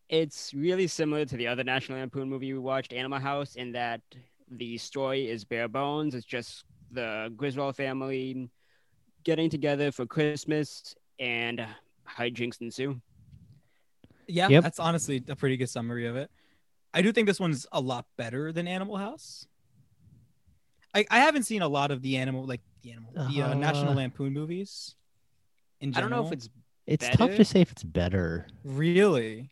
S2: It's really similar to the other National Lampoon movie we watched, Animal House, in that the story is bare bones. It's just the Griswold family getting together for Christmas and hijinks ensue.
S1: Yeah,
S3: Yep.
S1: that's honestly a pretty good summary of it. I do think this one's a lot better than Animal House. I, I haven't seen a lot of the animal like the animal the uh, National
S3: Uh,
S1: Lampoon movies. In
S2: I don't
S1: general.
S2: know if it's
S3: It's tough
S2: Better?
S3: to say if it's better.
S1: really.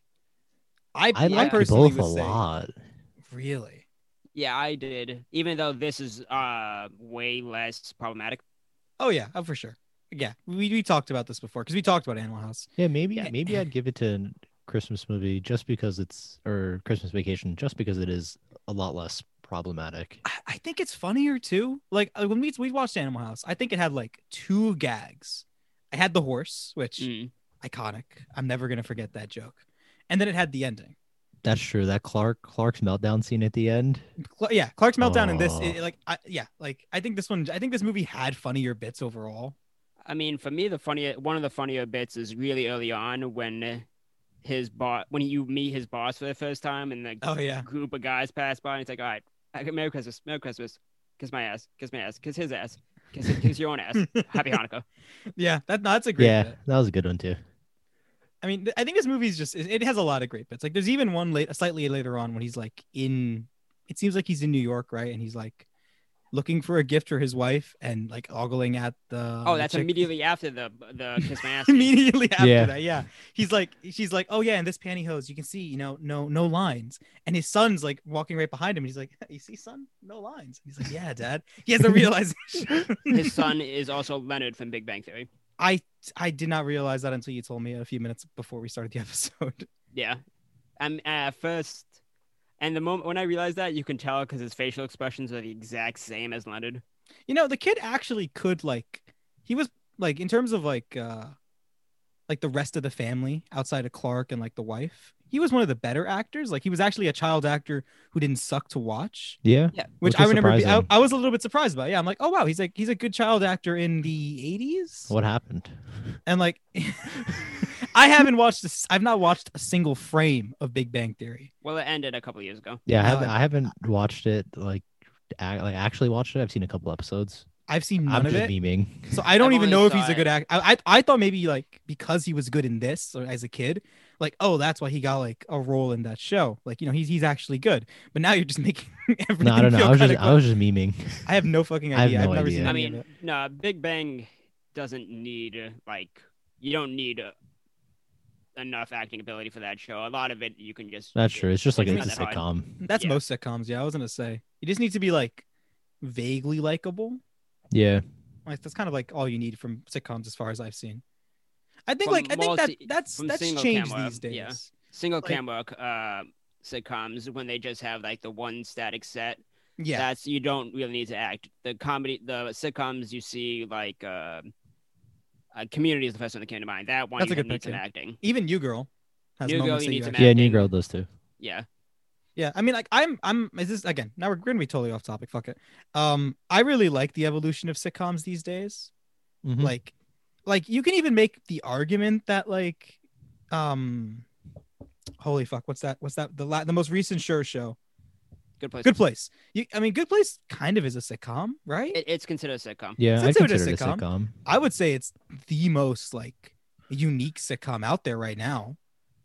S1: I
S3: I like
S1: personally
S3: both a
S1: would say-
S3: lot.
S1: Really,
S2: yeah, I did. Even though this is uh way less problematic.
S1: oh yeah, oh, for sure. Yeah, we, we talked about this before because we talked about Animal House.
S3: Yeah, maybe
S1: Yeah.
S3: maybe I'd give it to an Christmas movie just because it's or Christmas vacation just because it is a lot less problematic.
S1: I, I think it's funnier too. Like uh, when we we watched Animal House, I think it had like two gags. I had the horse, which
S2: Mm.
S1: iconic. I'm never gonna forget that joke. And then it had the ending.
S3: That's true. That Clark Clark's meltdown scene at the end.
S1: Cl- yeah, Clark's meltdown in this,
S3: Oh.
S1: it- like, I, yeah, like I think this one, I think this movie had funnier bits overall.
S2: I mean, for me, the funnier one of the funnier bits is really early on when his boss, when you meet his boss for the first time, and the
S1: Oh yeah,
S2: group of guys pass by, and it's like, all right, I- Merry Christmas, Merry Christmas, kiss my ass, kiss my ass, kiss his ass, kiss, kiss your own ass, Happy Hanukkah.
S1: yeah, that, no, that's a great.
S3: yeah,
S1: bit.
S3: that was a good one too.
S1: I mean, th- I think this movie's just it it has a lot of great bits. Like, there's even one late, slightly later on when he's like in, it seems like he's in New York, right? And he's like looking for a gift for his wife and like ogling at the.
S2: Oh,
S1: the
S2: that's
S1: chick-
S2: immediately after the the kiss my ass. scene.
S1: immediately after
S3: Yeah.
S1: that. Yeah, he's like, she's like, oh yeah, and this pantyhose, you can see, you know, no, no lines. And his son's like walking right behind him. And he's like, you see, son, no lines. And he's like, yeah, dad. He has a realization.
S2: His son is also Leonard from Big Bang Theory.
S1: I I did not realize that until you told me a few minutes before we started the episode.
S2: Yeah, I'm at first, and the moment when I realized that, you can tell because his facial expressions are the exact same as Leonard.
S1: You know, the kid actually could like, he was like in terms of like, uh like the rest of the family outside of Clark and like the wife. He was one of the better actors. Like he was actually a child actor who didn't suck to watch.
S3: Yeah.
S1: which,
S3: Which
S1: I
S3: is
S1: remember. Be, I,
S3: surprising.
S1: I was a little bit surprised by. Yeah, I'm like, oh wow, he's like he's a good child actor in the '80s,
S3: What happened?
S1: and like, I haven't watched. This, I've not watched a single frame of Big Bang Theory.
S2: Well, it ended a couple years ago.
S3: Yeah, I
S1: No,
S3: haven't
S1: I-
S3: I haven't watched it like ac- like actually watched it. I've seen a couple episodes.
S1: I've seen none
S3: I'm
S1: of
S3: just
S1: it,
S3: beaming.
S1: so I don't
S2: I've
S1: even
S2: only
S1: know if
S2: saw
S1: he's a good actor. I, I I thought maybe like because he was good in this or as a kid, like oh that's why he got like a role in that show. Like you know he's he's actually good, but now you're just making everything.
S3: No, I don't know.
S1: feel
S3: I was just
S1: kinda
S3: I
S1: cl-
S3: was just memeing.
S1: I have no fucking
S3: I have
S1: idea. I have
S3: no
S1: never
S3: idea.
S1: seen.
S2: I
S1: any of
S2: mean,
S1: it.
S2: no, Big Bang doesn't need uh, like you don't need uh, enough acting ability for that show. A lot of it you can just.
S3: That's true. It's just like
S2: It's
S3: it's a
S2: not that
S3: sitcom.
S1: that's
S2: yeah.
S1: most sitcoms. Yeah, I was gonna say you just need to be like vaguely likable.
S3: Yeah.
S1: Like that's kind of like all you need from sitcoms as far as I've seen. I think
S2: From
S1: like I think that
S2: multi-
S1: that's
S2: from
S1: that's
S2: single
S1: changed
S2: camera,
S1: these days.
S2: yeah. Single
S1: Like-
S2: camera uh, sitcoms when they just have like the one static set.
S1: Yeah.
S2: That's you don't really need to act. The comedy, the sitcoms you see like. Uh, uh, community is the first one that came to mind. That one
S1: That's a
S2: you
S1: good
S2: need
S1: pick,
S2: some
S1: yeah.
S2: acting.
S1: Even you girl has
S2: New Girl,
S1: moments
S2: you
S1: that
S2: need
S1: you
S2: to
S1: actually-
S3: Yeah, New
S2: acting.
S3: Girl does too.
S2: Yeah.
S1: Yeah, I mean, like I'm, I'm. Is this again? Now we're going to be totally off topic. Fuck it. Um, I really like the evolution of sitcoms these days.
S3: Mhm.
S1: Like, like you can even make the argument that like, um, holy fuck, what's that? What's that? The la- the most recent Sure show,
S2: Good place.
S1: Good Place. You, I mean, Good Place kind of is a sitcom, right?
S2: It, it's considered a sitcom.
S3: yeah, I
S1: Since it was a
S3: consider it a
S1: sitcom, Oh,
S3: sitcom.
S1: I would say it's the most like unique sitcom out there right now.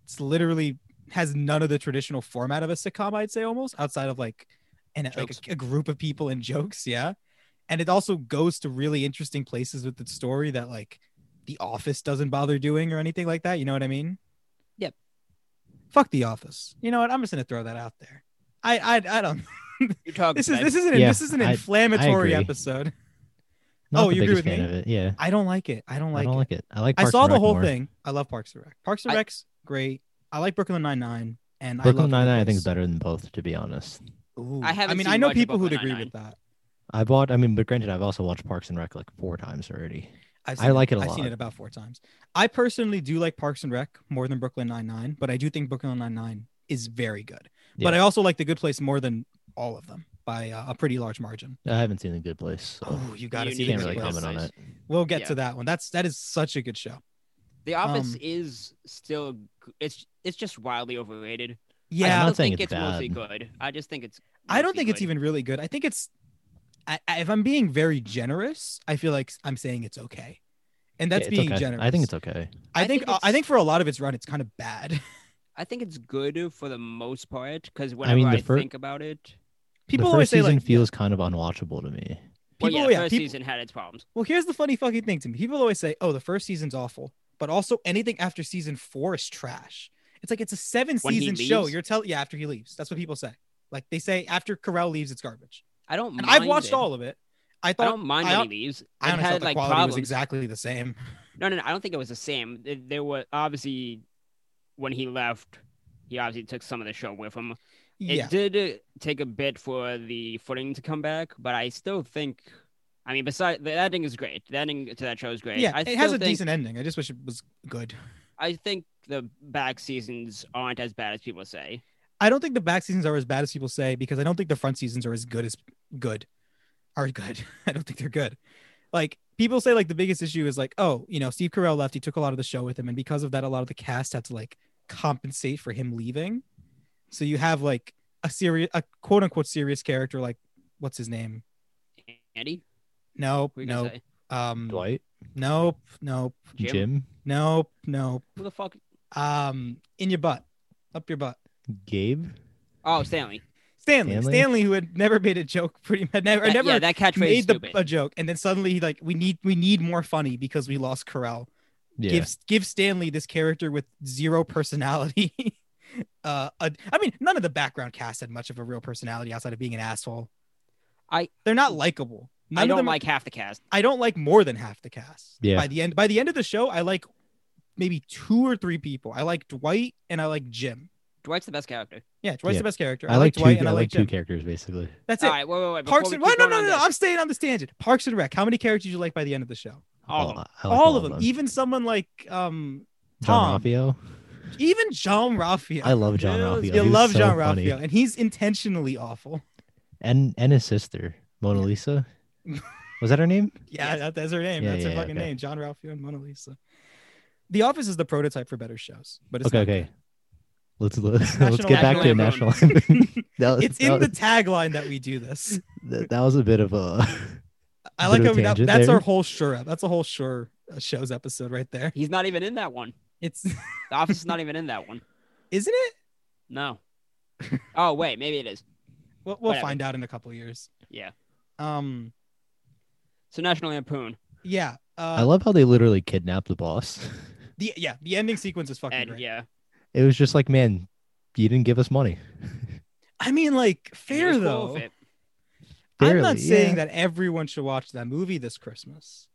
S1: It's literally has none of the traditional format of a sitcom, I'd say almost outside of like and like
S2: Jokes.
S1: a, a group of people and jokes, yeah. And it also goes to really interesting places with its story that like The Office doesn't bother doing or anything like that. You know what I mean?
S2: Yep.
S1: Fuck The Office. You know what? I'm just gonna throw that out there. I I, I don't.
S2: You talk.
S1: This is
S2: Ben.
S1: this isn't
S3: Yeah,
S1: this is an
S3: I- I
S1: inflammatory
S3: agree.
S1: episode.
S3: Not
S1: Oh,
S3: the
S1: you agree
S3: biggest
S1: with
S3: fan
S1: me?
S3: of it. Yeah,
S1: I don't like it. I don't like
S3: I don't
S1: it.
S3: like it. I like.
S1: I
S3: Parks
S1: saw
S3: and
S1: the
S3: Rec
S1: whole
S3: more.
S1: thing. I love Parks and Rec. Parks and
S2: I-
S1: Rec's great. I like Brooklyn Nine Nine, and
S3: Brooklyn
S1: I love
S3: Nine Nine, I think, is better than both. To be honest,
S1: Ooh.
S2: I haven't
S1: I mean,
S2: seen
S1: I know
S2: much of
S1: people who'd
S2: Brooklyn
S1: agree with
S2: Nine-Nine.
S1: that.
S3: I bought. I mean, but granted, I've also watched Parks and Rec like four times already.
S1: I've
S3: I
S1: seen
S3: like it a
S1: I've seen
S3: lot.
S1: it about four times. I personally do like Parks and Rec more than Brooklyn Nine Nine, but I do think Brooklyn Nine Nine is very good. But I
S3: Yeah.
S1: also like The Good Place more than all of them by uh, a pretty large margin.
S3: I haven't seen The Good Place. So
S1: Oh, you got to
S2: You
S1: see
S2: need
S1: The
S3: can't
S2: to
S1: Good
S3: really
S2: see
S1: Place.
S3: comment on
S2: Place.
S3: it.
S1: We'll get
S2: Yeah.
S1: to that one. That's that is such a good show.
S2: The Office
S1: Um,
S2: is still. g- It's it's just wildly overrated.
S1: Yeah,
S2: I still
S3: I'm not saying
S2: think
S3: it's
S2: it's mostly
S3: bad.
S2: good. I just think it's.
S1: I don't
S2: mostly
S1: think it's
S2: good.
S1: even really good. I think it's, I, I- if I'm being very generous, I feel like I'm saying it's okay, and that's
S3: Yeah, it's
S1: being
S3: okay.
S1: generous.
S3: I think it's okay.
S1: I
S2: I
S1: think,
S2: think it's-
S1: I think for a lot of its run, it's kind of bad.
S2: I think it's good for the most part because whenever
S3: I
S2: I,
S3: mean, the fir-
S2: think about it,
S1: People
S3: the first
S1: always say
S3: season
S1: like,
S3: feels kind of unwatchable to me.
S2: well,
S1: People-
S2: yeah, the
S1: yeah,
S2: first
S1: people-
S2: season had its problems.
S1: well, here's the funny fucking thing to me. People always say, oh, the first season's awful, but also anything after season four is trash. It's like it's a seven
S2: When he
S1: season show.
S2: leaves?
S1: You're telling, yeah, after he leaves, that's what people say. Like they say after Carell leaves, it's garbage.
S2: I don't.
S1: And
S2: mind
S1: I've watched
S2: it.
S1: all of it. I
S2: I
S1: thought
S2: don't mind
S1: I
S2: when
S1: don't-
S2: he leaves.
S1: I
S2: it
S1: honestly thought
S2: had
S1: the
S2: like
S1: quality
S2: problems.
S1: was exactly the same.
S2: No, no, no. I don't think it was the same. Th- There were obviously when he left, he obviously took some of the show with him. It
S1: Yeah,
S2: did uh, take a bit for the footing to come back, but I still think. I mean, besides the ending is great. The ending to that show is great.
S1: yeah,
S2: I
S1: it has
S2: still
S1: a
S2: think,
S1: decent ending. I just wish it was good.
S2: I think the back seasons aren't as bad as people say.
S1: I don't think the back seasons are as bad as people say because I don't think the front seasons are as good as good are good. I don't think they're good. Like people say, like the biggest issue is like, oh, you know, Steve Carell left. He took a lot of the show with him, and because of that, a lot of the cast had to like compensate for him leaving. So you have like a serious, a quote unquote serious character like what's his name?
S2: Andy,
S1: Nope,
S2: what are you gonna
S1: nope,
S2: say?
S1: um,
S3: Dwight,
S1: nope, nope,
S2: Jim?
S3: Jim,
S1: nope, nope.
S2: Who the fuck?
S1: Um, in your butt, up your butt.
S3: Gabe.
S2: Oh, Stanley.
S1: Stanley, Stanley,
S3: Stanley?
S1: who had never made a joke, pretty much never,
S2: That-
S1: never
S2: yeah, that catchphrase is
S1: made the,
S2: stupid.
S1: a joke, and then suddenly he like we need we need more funny because we lost Carell.
S3: Yeah.
S1: Give give Stanley this character with zero personality. uh, a- I mean, none of the background cast had much of a real personality outside of being an asshole.
S2: I-
S1: they're not likable. None
S2: I
S1: of
S2: don't
S1: them-
S2: like half the cast.
S1: I don't like more than half the cast.
S3: Yeah.
S1: By the end by the end of the show, I like maybe two or three people. I like Dwight and I like Jim.
S2: Dwight's the best character.
S1: Yeah, Dwight's
S3: Yeah.
S1: the best character.
S3: I like two.
S1: Dwight and
S3: I like two
S1: Jim.
S3: characters basically.
S1: That's it.
S2: All right, wait, wait, wait. before
S1: Parks
S2: we
S1: and
S2: keep
S1: Wait, no,
S2: going
S1: no,
S2: on
S1: no, no.
S2: this-
S1: I'm staying on this tangent. Parks and Rec. How many characters do you like by the end of the show?
S2: All of them.
S3: Oh, I like
S1: all of them. Even someone like um,
S3: John
S1: Tom.
S3: Raffio.
S1: even John Ralphio.
S3: I love John
S2: Yes,
S3: Raffio.
S1: you
S3: He's
S1: love
S3: so
S1: John
S3: funny.
S1: Ralphio, and he's intentionally awful.
S3: and and his sister Mona Lisa. Was that her name?
S1: Yeah,
S2: Yes.
S1: that, that's her name.
S3: Yeah,
S1: that's her
S3: yeah,
S1: fucking
S3: okay.
S1: name. John Ralphio and Mona Lisa. The Office is the prototype for better shows, but it's
S3: okay,
S1: not
S3: okay. Let's let's,
S1: National
S3: let's get back to
S2: Anthem.
S3: national. anthem. that, was-
S1: It's
S3: that,
S1: in the
S3: was-
S1: tagline that we do this.
S3: that, that was a bit of
S1: Uh,
S3: a.
S1: I like
S3: Bit
S1: how
S3: of a
S1: we- that,
S3: tangent
S1: that's
S3: there.
S1: our whole sure. ep- That's a whole sure uh, shows episode right there.
S2: He's not even in that one.
S1: It's
S2: The office is not even in that one.
S1: isn't it?
S2: No. Oh wait, maybe it is.
S1: We'll, we'll
S2: Whatever.
S1: find out in a couple years.
S2: Yeah.
S1: Um.
S2: So National Lampoon.
S1: Yeah. Uh,
S3: I love how they literally kidnapped the boss.
S1: the yeah the ending sequence is fucking
S2: And
S1: great.
S2: yeah,
S3: It was just like, man, you didn't give us money.
S1: I mean, like
S2: and he
S1: fair
S2: was
S1: though.
S2: cool with it.
S1: I'm not
S3: Barely,
S1: saying
S3: yeah.
S1: that everyone should watch that movie this Christmas.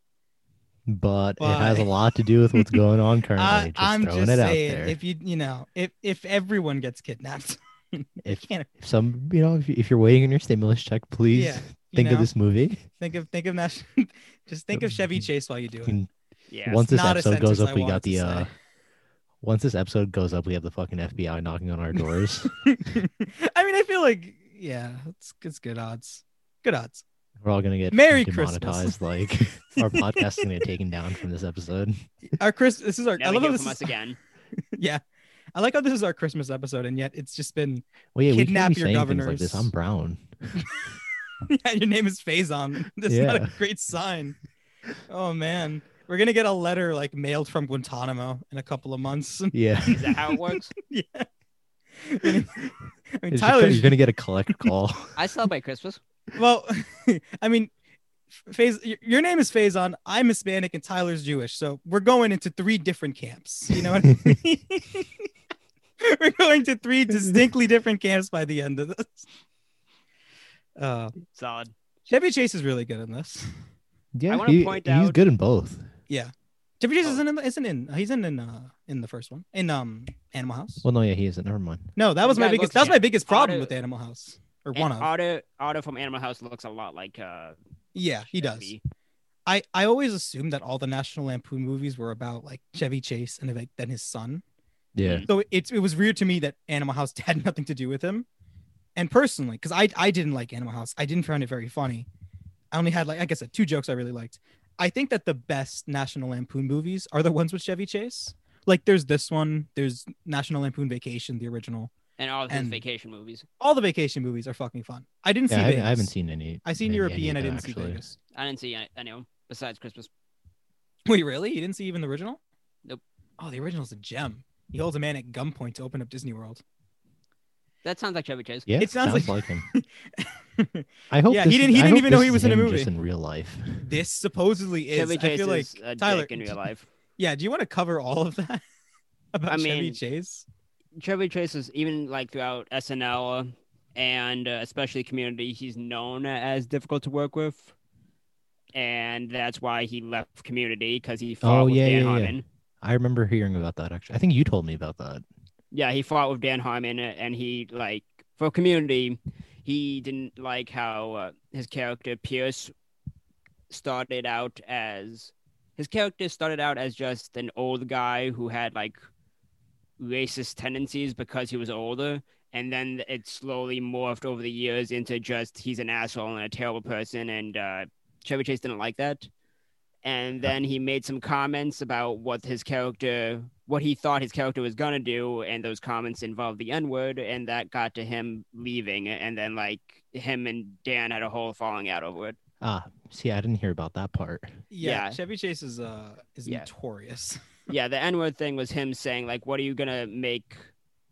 S3: but it has a
S1: Why?
S3: lot to do with what's going on currently.
S1: I,
S3: just
S1: I'm
S3: throwing
S1: just
S3: it out
S1: saying,
S3: there. If,
S1: if you you know, if if everyone gets kidnapped,
S3: If-
S1: can't,
S3: some, you know, if, you- if you're waiting on your stimulus check, please
S1: Yeah, you
S3: think
S1: know,
S3: of this movie.
S1: Think of think of Nash. just think of Chevy Chase while you do it.
S3: And
S2: Yeah.
S3: Once this
S1: not a
S3: episode goes
S1: sentence I
S3: up, we
S1: wanted
S3: got
S1: to
S3: the.
S1: say.
S3: uh Once this episode goes up, we have the fucking FBI knocking on our doors.
S1: I mean, I feel like yeah, it's it's good odds. Good odds.
S3: We're all gonna get
S1: Merry
S3: demonetized. Like our podcast is gonna get taken down from this episode.
S1: Our Chris, this is our. I
S2: Never
S1: love
S2: hear
S1: how
S2: from
S1: this is,
S2: us again.
S1: yeah, I like how this is our Christmas episode, and yet it's just been
S3: Well, yeah,
S1: Kidnap
S3: we can't be
S1: your
S3: saying things like
S1: governors.
S3: this. I'm brown.
S1: yeah, your name is Faison. That's not a
S3: Yeah.
S1: great sign. Oh man, we're gonna get a letter like mailed from Guantanamo in a couple of months.
S3: Yeah,
S2: Is that how it works?
S1: yeah. I mean, I mean,
S3: It's just-
S1: Tyler.
S3: you're gonna get a collect call.
S2: I celebrate Christmas.
S1: Well, I mean, Phase. Your name is Faison. I'm Hispanic, and Tyler's Jewish. So we're going into three different camps. You know what I mean? we're going to three distinctly different camps by the end of this. Uh,
S2: Solid.
S1: Chevy Chase is really good in this.
S3: yeah,
S2: wanna
S3: he-
S2: point
S3: he's
S2: out-
S3: good in both.
S1: Yeah, Chevy Chase
S2: Oh.
S1: isn't in, isn't in. He's in in uh, in the first one in um Animal House.
S3: Well, no, yeah, he isn't. Never mind.
S1: No, that was
S2: Yeah,
S1: my
S2: it
S1: biggest.
S2: looks-
S1: That was
S2: yeah.
S1: my biggest problem
S2: Otto-
S1: with Animal House or
S2: And
S1: one of.
S2: Otto, Otto from Animal House looks a lot like uh.
S1: Yeah, he does.
S2: Chevy.
S1: I I always assumed that all the National Lampoon movies were about like Chevy Chase and like then his son.
S3: Yeah,
S1: So it's it was weird to me that Animal House had nothing to do with him. And personally, because I I didn't like Animal House, I didn't find it very funny. I only had like like I said two jokes I really liked. I think that the best National Lampoon movies are the ones with Chevy Chase. Like there's this one, there's National Lampoon Vacation, the original.
S2: And all of his
S1: And-
S2: vacation movies.
S1: All the vacation movies are fucking fun. I didn't see
S3: yeah I, haven't-
S1: Vegas.
S3: I haven't seen any.
S1: I seen
S3: any-
S1: European.
S3: any
S1: I
S3: of them,
S1: didn't see Vegas.
S2: I didn't see any- any of them besides Christmas.
S1: Wait, really? You didn't see even the original?
S2: Nope.
S1: Oh, the original's a gem. He holds a man at gunpoint to open up Disney World.
S2: That sounds like Chevy Chase.
S3: Yeah,
S1: It sounds like-
S3: like him. I hope.
S1: Yeah, he didn't- he
S3: this is- I
S1: didn't
S3: hope
S1: even know
S3: this
S1: he
S3: is
S1: was in a
S3: him
S1: movie.
S3: Just in real life.
S1: This supposedly is.
S2: Chevy Chase
S1: I feel
S2: is
S1: like
S2: a
S1: Tyler.
S2: dick in real
S1: d-
S2: life.
S1: Yeah. Do you want to cover all of that about
S2: I
S1: Chevy
S2: mean-
S1: Chase?
S2: Chevy Chase is even like throughout SNL and uh, especially Community, he's known as difficult to work with, and that's why he left Community because he fought
S3: Oh,
S2: with
S3: yeah,
S2: Dan
S3: yeah, yeah.
S2: Harmon.
S3: I remember hearing about that. Actually, I think you told me about that.
S2: Yeah, he fought with Dan Harmon, uh, and he like for Community, he didn't like how uh, his character Pierce started out as his character started out as just an old guy who had like racist tendencies because he was older, and then it slowly morphed over the years into just he's an asshole and a terrible person, and uh, Chevy Chase didn't like that. And then he made some comments about what his character, what he thought his character was gonna do, and those comments involved the N word, and that got to him leaving. And then like him and Dan had a whole falling out over it.
S3: Ah, see, I didn't hear about that part.
S1: Yeah,
S2: Yeah.
S1: Chevy Chase is uh is
S2: Yeah.
S1: notorious.
S2: Yeah, the N word thing was him saying like, "What are you gonna make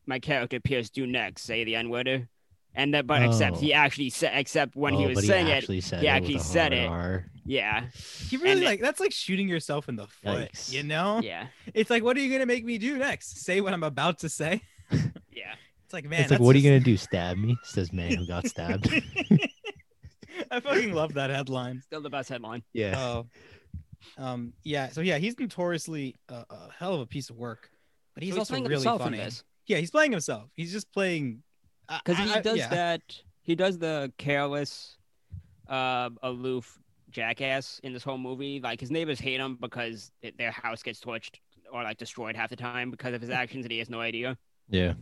S2: my character Pierce do next? Say the N word?" And that, but except
S3: Oh.
S2: he actually said, except when he
S3: Oh,
S2: was
S3: but
S2: saying
S3: he
S2: it,
S3: actually said
S2: he
S3: it with
S2: actually
S3: a
S2: said it.
S3: hard
S2: yeah,
S1: He really
S2: And it-
S1: like that's like shooting yourself in the foot.
S3: Yikes.
S1: You know,
S2: yeah,
S1: it's like what are you gonna make me do next? Say what I'm about to say.
S2: yeah.
S1: It's like
S3: R.
S1: man,
S3: it's like, what are you gonna do? Stab me? Says man who got stabbed.
S1: gonna? I fucking love that headline.
S2: Still the best headline.
S3: yeah.
S1: Oh, um, yeah. So yeah, he's notoriously a, a hell of a piece of work, but he's
S2: So
S1: also
S2: playing
S1: really
S2: himself in
S1: funny.
S2: this.
S1: Yeah, he's playing himself. He's just playing
S2: because he does
S1: yeah.
S2: that. He does the careless, uh, aloof jackass in this whole movie. Like his neighbors hate him because th- their house gets torched or like destroyed half the time because of his actions, and he has no idea.
S3: Yeah.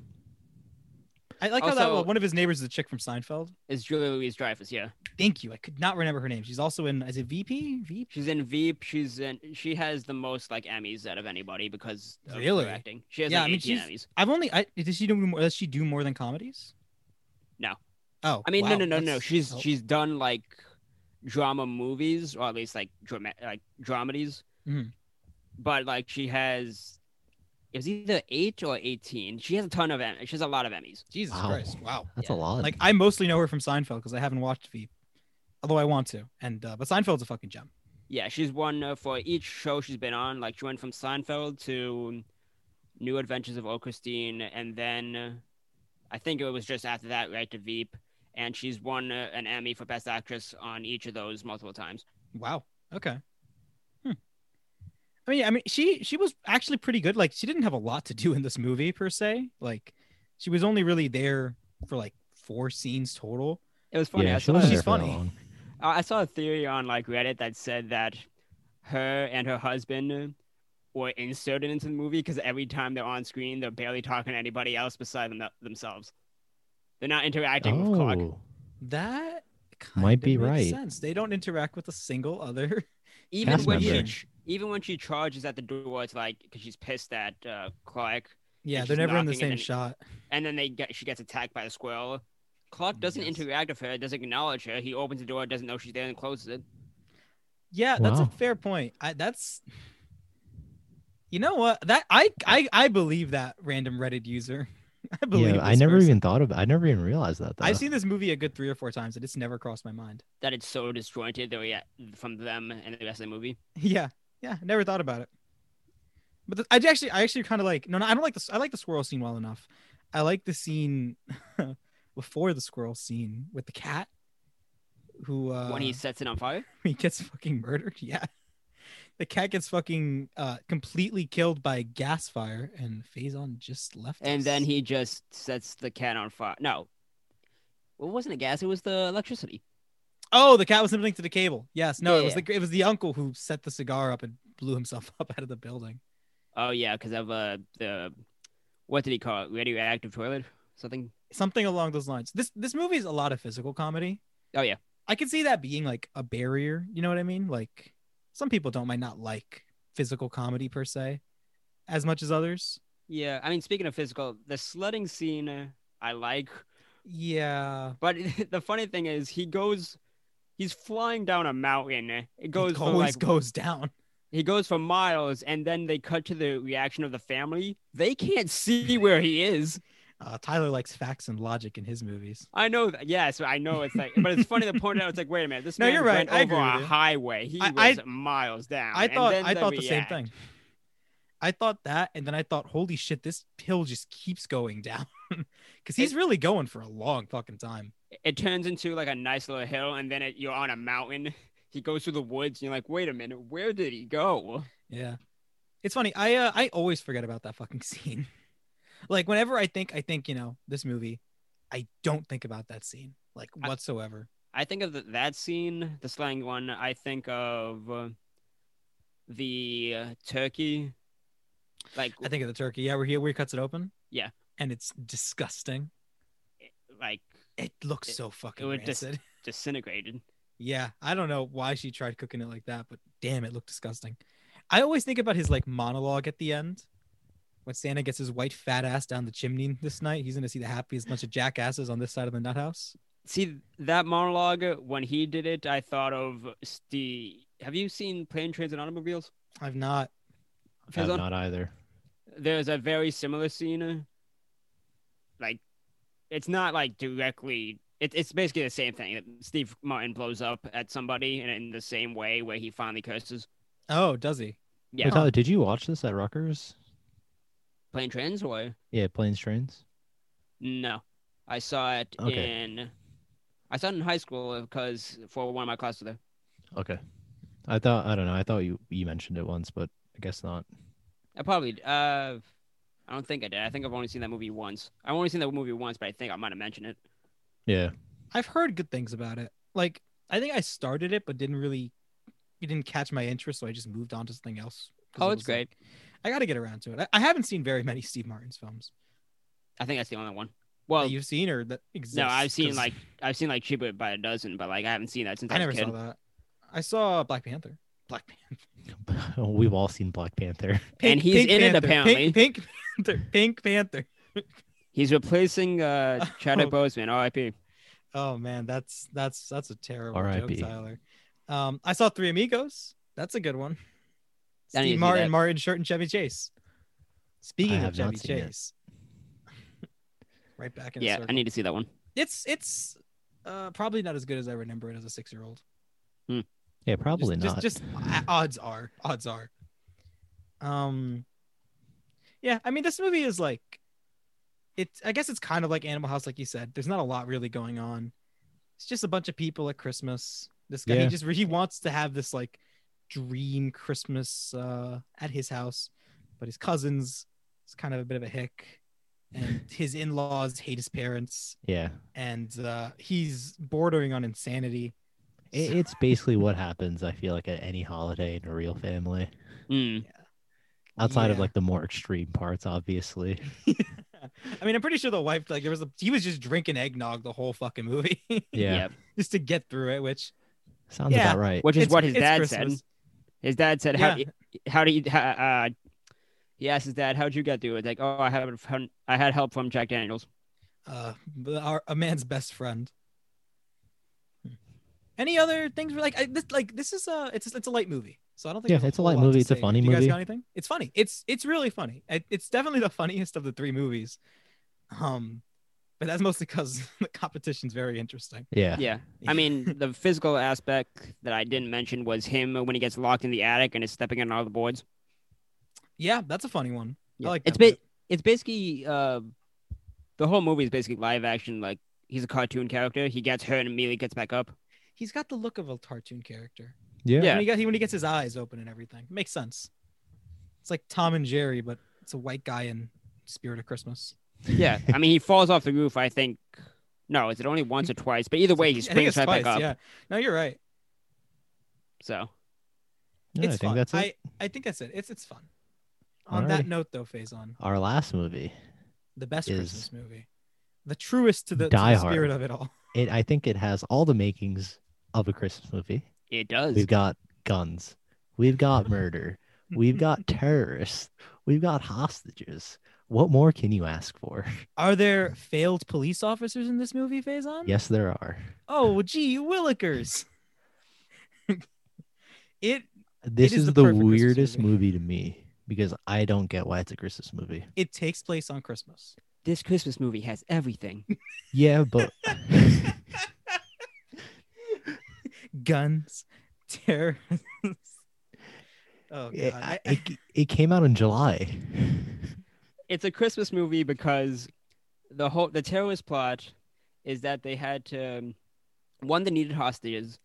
S1: I like how
S2: Also-
S1: that one of his neighbors is a chick from Seinfeld.
S2: It's Julia Louise Dreyfus. Yeah,
S1: Thank you. I could not remember her name. She's also in is it VP? VP?
S2: she's in Veep. She's in. She has the most like Emmys out of anybody because of her
S1: Really?
S2: acting. She has
S1: Yeah,
S2: like
S1: I mean,
S2: 18 Emmys.
S1: I've only I does she do more does she do more than comedies?
S2: No.
S1: Oh.
S2: I mean,
S1: wow,
S2: no, no, no, no.
S1: that's-
S2: She's
S1: oh,
S2: she's done like drama movies, or at least like drama like dramedies.
S1: Mhm.
S2: But like she has, it was either eight or eighteen. She has a ton of Em- she has a lot of Emmys.
S1: Jesus
S3: Wow.
S1: Christ. Wow.
S3: That's
S2: Yeah.
S3: a lot.
S1: Like I mostly know her from Seinfeld because I haven't watched Veep. Although I want to. And uh, but Seinfeld's a fucking gem.
S2: Yeah, she's won uh, for each show she's been on. Like she went from Seinfeld to New Adventures of Old Christine, and then uh, I think it was just after that, right to Veep. And she's won uh, an Emmy for Best Actress on each of those multiple times.
S1: Wow. Okay. Hmm. I mean, I mean, she she was actually pretty good. Like, she didn't have a lot to do in this movie per se. Like, she was only really there for like four scenes total.
S2: It was funny.
S3: yeah,
S2: I
S3: she
S2: saw
S3: wasn't
S2: her-
S1: she's
S3: there for that
S1: funny.
S3: long.
S2: Uh, I saw a theory on like Reddit that said that her and her husband were inserted into the movie because every time they're on screen, they're barely talking to anybody else beside them, themselves. They're not interacting with Clark.
S3: Oh,
S1: That kinda
S3: Might be
S1: makes
S3: right.
S1: Sense. They don't interact with a single other.
S2: Even
S3: Cast
S2: when
S3: member.
S2: she even when she charges at the door, it's like because she's pissed at uh, Clark,
S1: Yeah,
S2: It's
S1: they're
S2: just
S1: never in the
S2: knocking
S1: same
S2: and then-
S1: shot.
S2: and then they get she gets attacked by a squirrel. Clark doesn't
S1: Yes.
S2: interact with her, doesn't acknowledge her. He opens the door, doesn't know she's there, and closes it.
S1: Yeah, that's
S3: Wow.
S1: a fair point. I, that's you know what that I I I believe that random Reddit user. I believe.
S3: yeah. I
S1: this
S3: never
S1: person.
S3: even thought of. I never even realized that. Though.
S1: I've seen this movie a good three or four times, and it's never crossed my mind.
S2: That it's so disjointed that we from them and the rest of the movie.
S1: Yeah, yeah, never thought about it. But the, I actually, I actually kind of like. No, no, I don't like this. I like the squirrel scene well enough. I like the scene before the squirrel scene with the cat, who uh,
S2: when he sets it on fire,
S1: he gets fucking murdered. Yeah. The cat gets fucking uh, completely killed by a gas fire, and Faison just left.
S2: and
S1: us.
S2: then he just sets the cat on fire. No, well, it wasn't the gas; it was the electricity.
S1: oh, the cat was linked to the cable. Yes, no, it was
S2: Yeah.
S1: the it was the uncle who set the cigar up and blew himself up out of the building.
S2: Oh yeah, because of uh the what did he call it? Radioactive toilet, something.
S1: Something along those lines. This this movie is a lot of physical comedy.
S2: Oh yeah,
S1: I can see that being like a barrier. You know what I mean? Like some people don't might not like physical comedy per se, as much as others.
S2: yeah. I mean, speaking of physical, the sledding scene uh, I like,
S1: Yeah,
S2: but the funny thing is he goes, he's flying down a mountain. uh, It goes
S1: it
S2: for
S1: always
S2: like
S1: goes down.
S2: he goes for miles, and then they cut to the reaction of the family. They can't see where he is.
S1: Uh, Tyler likes facts and logic in his movies.
S2: I know that. Yes, I know it's like, but it's funny to point out. It's like, wait a minute, this
S1: No,
S2: man
S1: you're right,
S2: went
S1: I
S2: over
S1: agree with
S2: a
S1: you.
S2: highway. He
S1: I-
S2: was miles down.
S1: I
S2: Oh, and
S1: thought
S2: then
S1: I thought the same
S2: react.
S1: thing. I thought that, and then I thought, holy shit, this hill just keeps going down because he's really going for a long fucking time.
S2: it turns into like a nice little hill, and then it, you're on a mountain. He goes through the woods, and you're like, wait a minute, where did he go?
S1: Yeah, it's funny. I uh, I always forget about that fucking scene. like whenever I think I think you know this movie, I don't think about that scene like
S2: I-
S1: whatsoever.
S2: I think of the, that scene, the slang one. I think of uh, the uh, turkey, like
S1: I think of the turkey. Yeah, where he where he cuts it open.
S2: Yeah.
S1: and it's disgusting.
S2: like
S1: It looks
S2: It-
S1: so fucking
S2: would dis-
S1: rancid.
S2: disintegrated.
S1: Yeah, I don't know why she tried cooking it like that, but damn, it looked disgusting. I always think about his like monologue at the end when Santa gets his white fat ass down the chimney this night. He's gonna see the happiest bunch of jackasses on this side of the nut house.
S2: See that monologue uh, when he did it. I thought of the. Have you seen Plane Trains and Automobiles?
S1: I've not.
S3: I'm
S2: Faison?
S3: not either.
S2: there's a very similar scene. uh, Like, it's not like directly. It, it's basically the same thing. Steve Martin blows up at somebody, and in the same way where he finally curses.
S1: Oh, does he?
S2: Yeah,
S3: Wait, Tyler, did you watch this at Rutgers?
S2: plane trends or
S3: Yeah, planes, trains.
S2: no? I saw it
S3: Okay.
S2: in. I saw it in high school because for one of my classes there.
S3: Okay. I thought I don't know. I thought you you mentioned it once, but I guess not.
S2: I probably. Uh, I don't think I did. I think I've only seen that movie once. I've only seen that movie once, but I think I might have mentioned it.
S3: Yeah.
S1: I've heard good things about it. Like I think I started it, but didn't really, it didn't catch my interest, so I just moved on to something else. 'Cause
S2: Oh,
S1: it
S2: it's
S1: was like- I got to get around to it. I, I haven't seen very many Steve Martin's films
S2: I think that's the only one. Well,
S1: that you've seen or that exist.
S2: No, I've seen
S1: 'cause
S2: like I've seen like cheaper by a dozen, but like I haven't seen that since I,
S1: I
S2: was
S1: never
S2: a kid.
S1: saw that. I saw Black Panther. Black Panther.
S3: We've all seen Black Panther.
S2: And he's in it, apparently.
S1: Pink, Pink Panther. Pink Panther.
S2: He's replacing uh Chadwick Boseman, R.I.P.
S1: Oh man, that's that's that's a terrible
S3: R.I.P..
S1: joke, Tyler. Um, I saw Three Amigos. That's a good one.
S2: I need to
S1: Steve
S2: see
S1: Martin,
S2: that.
S1: Martin Short, and Chevy Chase. Speaking of
S3: have not
S1: Chevy
S3: seen it.
S1: Chase, right back in. a
S2: Yeah, I
S1: circle.
S2: need to see that one.
S1: It's it's uh, probably not as good as I remember it as a six year old.
S3: Yeah, probably
S1: just,
S3: not.
S1: Just, just odds are, odds are. Um, yeah, I mean, this movie is like, it's. I guess it's kind of like Animal House, like you said. There's not a lot really going on. It's just a bunch of people at Christmas. This guy, he
S3: Yeah.
S1: just he wants to have this like dream Christmas uh, at his house, but his cousins is kind of a bit of a hick, and his in-laws hate his parents,
S3: yeah.
S1: and uh, he's bordering on insanity.
S3: It, it's basically what happens. I feel like at any holiday in a real family.
S2: Mm.
S3: outside of
S1: Yeah.
S3: like the more extreme parts, obviously.
S1: I mean, I'm pretty sure the wife like there was a, he was just drinking eggnog the whole fucking movie
S3: Yeah,
S2: Yep.
S1: just to get through it, which
S3: sounds
S1: Yeah.
S3: about right.
S2: Which is
S1: It's-
S2: what his
S1: it's
S2: dad
S1: Christmas.
S2: said. His dad said, "How how do you?" How, uh, he asked his dad, "How'd you get through it?" Like, "Oh, I haven't. Found, I had help from Jack Daniels."
S1: uh, b- our, a man's best friend. Hmm. Any other things? Like I, this, like this is a it's it's a light movie, so I don't think
S3: Yeah,
S1: there's
S3: it's a
S1: whole
S3: light
S1: lot to
S3: movie. It's a
S1: say.
S3: funny
S1: Do You guys
S3: movie.
S1: got anything? It's funny. It's it's really funny. It, it's definitely the funniest of the three movies. Um, but that's mostly because the competition's very interesting.
S3: Yeah,
S2: Yeah. I mean, the physical aspect that I didn't mention was him when he gets locked in the attic and is stepping on all the boards.
S1: Yeah, that's a funny one. I like that.
S2: it's ba- it's basically uh, the whole movie is basically live action. Like he's a cartoon character. He gets hurt and immediately gets back up.
S1: He's got the look of a cartoon character.
S3: yeah,
S2: Yeah.
S1: When he got he, when he gets his eyes open and everything, makes sense. It's like Tom and Jerry, but it's a white guy in Spirit of Christmas.
S2: Yeah. I mean, he falls off the roof. I think. No, is it only once or twice? But either way, he
S1: I think
S2: springs
S1: it's
S2: right back
S1: twice,
S2: up.
S1: Yeah. No, you're right.
S2: So
S3: Yeah,
S1: it's
S3: I think
S1: fun.
S3: that's it.
S1: I, I think that's it. It's it's fun. On that
S3: Alrighty.
S1: note, though, Faison,
S3: Our last movie.
S1: the best
S3: Is-
S1: Christmas movie, the truest to the, to
S3: Die
S1: the
S3: Hard.
S1: spirit of it all.
S3: It I think it has all the makings of a Christmas movie.
S2: it does.
S3: We've got guns. We've got murder. We've got terrorists. We've got hostages. What more can you ask for?
S1: Are there failed police officers in this movie, Faison?
S3: Yes, there are.
S1: Oh, gee, willikers. it
S3: This
S1: is
S3: is
S1: the
S3: the,
S1: perfect Christmas
S3: weirdest
S1: movie.
S3: movie to me because I don't get why it's a Christmas movie.
S1: it takes place on Christmas.
S2: this Christmas movie has everything.
S3: Yeah, but
S1: Oh, Guns, terror. oh god,
S3: it,
S1: I, I,
S3: it, it came out in July.
S2: it's a Christmas movie because the whole the terrorist plot is that they had to um, one they needed hostages,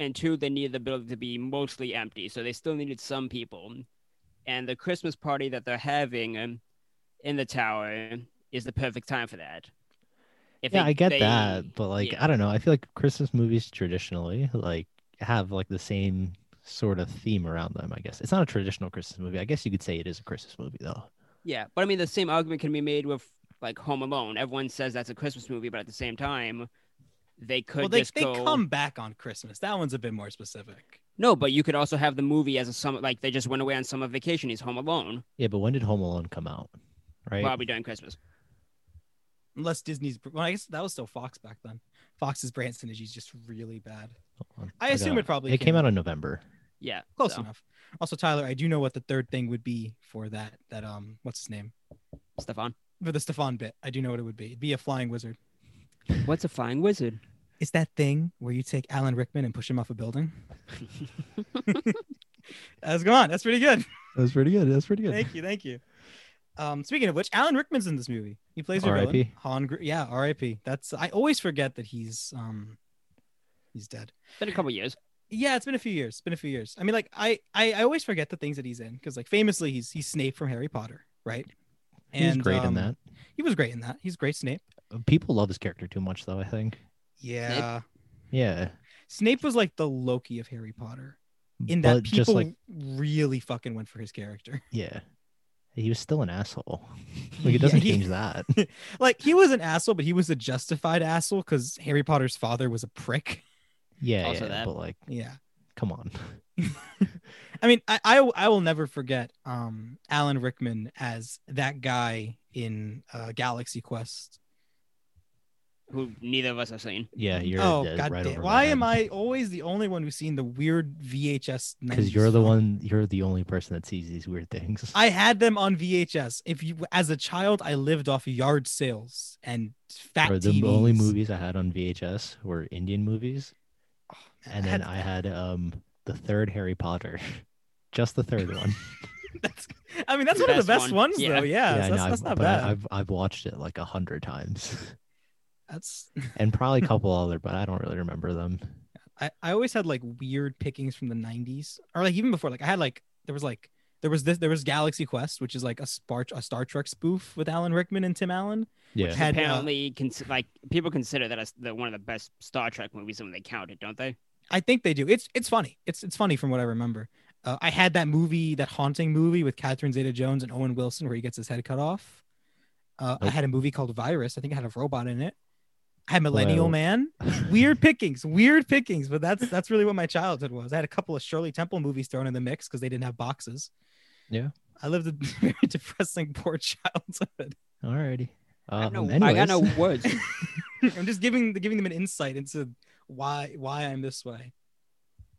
S2: and two they needed the building to be mostly empty, so they still needed some people. And the Christmas party that they're having um, in the tower is the perfect time for that. If
S3: yeah,
S2: they-
S3: I get
S2: they-
S3: that, but like
S2: yeah.
S3: I don't know. I feel like Christmas movies traditionally like have like the same sort of theme around them. I guess it's not a traditional Christmas movie. I guess you could say it is a Christmas movie though.
S2: Yeah, but I mean the same argument can be made with like Home Alone. Everyone says that's a Christmas movie, but at the same time, they could
S1: well, they,
S2: just
S1: they
S2: go.
S1: come back on Christmas. That one's a bit more specific.
S2: No, but you could also have the movie as a summer. Like they just went away on summer vacation. He's home alone,
S3: Yeah, but when did Home Alone come out? Right.
S2: probably during Christmas.
S1: Unless Disney's, well, I guess that was still Fox back then. Fox's brand synergy is just really bad.
S3: Hold on.
S1: I assume
S3: gotta-
S1: it probably
S3: It came out in November.
S2: Yeah,
S1: close
S2: so,
S1: enough. Also, Tyler, I do know what the third thing would be for that. That um, what's his name
S2: Stefan,
S1: for the Stefan bit? I do know what it would be. It'd be a flying wizard.
S2: what's a flying wizard?
S1: It's that thing where you take Alan Rickman and push him off a building. That's come on. That's pretty good.
S3: That's pretty good. That's pretty
S1: Thank you. Thank you. Um, speaking of which, Alan Rickman's in this movie. He plays a
S3: R.I.P..
S1: villain. Han, Gr- yeah, R.I.P. That's I always forget that he's um, he's dead.
S2: Been a couple years.
S1: Yeah, it's been a few years. It's been a few years. I mean, like I I, I always forget the things that he's in because like famously he's he's Snape from Harry Potter, right?
S3: He's great in
S1: um,
S3: that.
S1: He was great in that. He's great Snape.
S3: People love his character too much though, I think.
S1: Yeah,
S3: Yeah.
S1: Snape was like the Loki of Harry Potter. In
S3: but
S1: that people
S3: just like
S1: really fucking went for his character.
S3: yeah. He was still an asshole. Like it doesn't
S1: Yeah, he-
S3: change that.
S1: Like he was an asshole, but he was a justified asshole because Harry Potter's father was a prick.
S3: Yeah,
S2: Also
S3: yeah.
S2: that.
S3: But like,
S1: Yeah.
S3: come on.
S1: I mean, I, I I will never forget um Alan Rickman as that guy in uh, Galaxy Quest.
S2: Who neither of us have seen.
S3: Yeah, you're
S1: oh
S3: uh,
S1: god
S3: right
S1: damn.
S3: over
S1: Why am I always the only one who's seen the weird VHS?
S3: Because
S1: 90s
S3: you're the
S1: film?
S3: one. You're the only person that sees these weird things.
S1: I had them on VHS. If you, as a child, I lived off yard sales and fat
S3: Or the
S1: TVs.
S3: only movies I had on VHS were Indian movies,
S1: Oh, man,
S3: and then I had um the third Harry Potter, just the third one.
S1: That's, I mean, that's one of the
S2: Best
S1: best
S2: one.
S1: ones,
S2: Yeah.
S1: though. Yeah,
S3: I
S1: so
S3: know,
S1: that's, that's
S3: I've-
S1: not
S3: but I-
S1: bad.
S3: I've I've watched it like a hundred times,
S1: that's
S3: and probably a couple other, but I don't really remember them.
S1: I, I always had like weird pickings from the 90s or like even before like i had like there was like there was this there was galaxy quest which is like a star, a star trek spoof with alan rickman and tim allen
S3: Yeah,
S1: Had, uh,
S2: Apparently, cons- like people consider that as the, one of the best Star Trek movies when they count it, don't they?
S1: i think they do it's it's funny it's it's funny from what i remember Uh, I had that movie, that haunting movie with Catherine Zeta-Jones and Owen Wilson, where he gets his head cut off. Uh, I
S3: Nope.
S1: had a movie called Virus. I think I had a robot in it. I had Millennial
S3: Wow.
S1: Man. Weird pickings, weird pickings, but that's that's really what my childhood was. I had a couple of Shirley Temple movies thrown in the mix because they didn't have boxes.
S3: Yeah.
S1: I lived a very depressing, poor childhood.
S3: Alrighty.
S2: I,
S3: Um,
S2: don't know, I got no
S3: anyways.
S2: words.
S1: I'm just giving giving them an insight into why why I'm this way.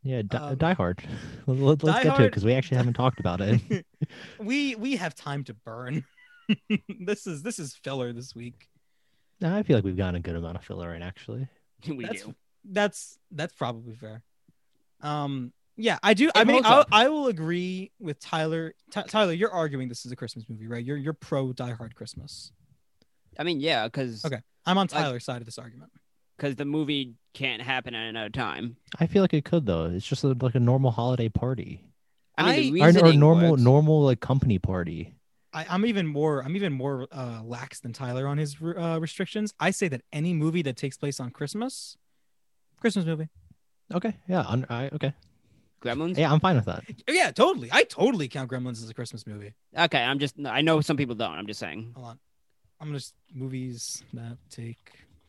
S3: Yeah, di-
S1: Um,
S3: Die Hard. Let, us
S1: Die
S3: get to it
S1: Hard-
S3: because we actually haven't talked about it.
S1: we we have time to burn. this is this is filler this week.
S3: No, I feel like we've gotten a good amount of filler in actually.
S2: we
S1: that's,
S2: do.
S1: That's that's probably fair. Um, yeah, I do. I
S2: It
S1: mean,
S2: holds
S1: I'll,
S2: up.
S1: I will agree with Tyler. Ty Tyler, you're arguing this is a Christmas movie, right? You're you're pro Die Hard Christmas.
S2: I mean, yeah, because
S1: Okay. I'm on
S2: Like-
S1: Tyler's side of this argument.
S2: the movie can't happen at another time.
S3: I feel like it could though. It's just a, like a normal holiday party,
S2: I mean, the
S3: or, or
S2: reasoning
S3: normal
S2: works.
S3: normal like company party.
S1: I, I'm even more I'm even more uh, lax than Tyler on his uh, restrictions. I say that any movie that takes place on Christmas, Christmas movie.
S3: Okay, yeah, un- I, okay,
S2: Gremlins.
S3: yeah, I'm fine with that.
S1: Oh, Yeah, totally. I totally count Gremlins as a Christmas movie.
S2: Okay, I'm just. I know some people don't. I'm just saying
S1: Hold on. I'm just movies that take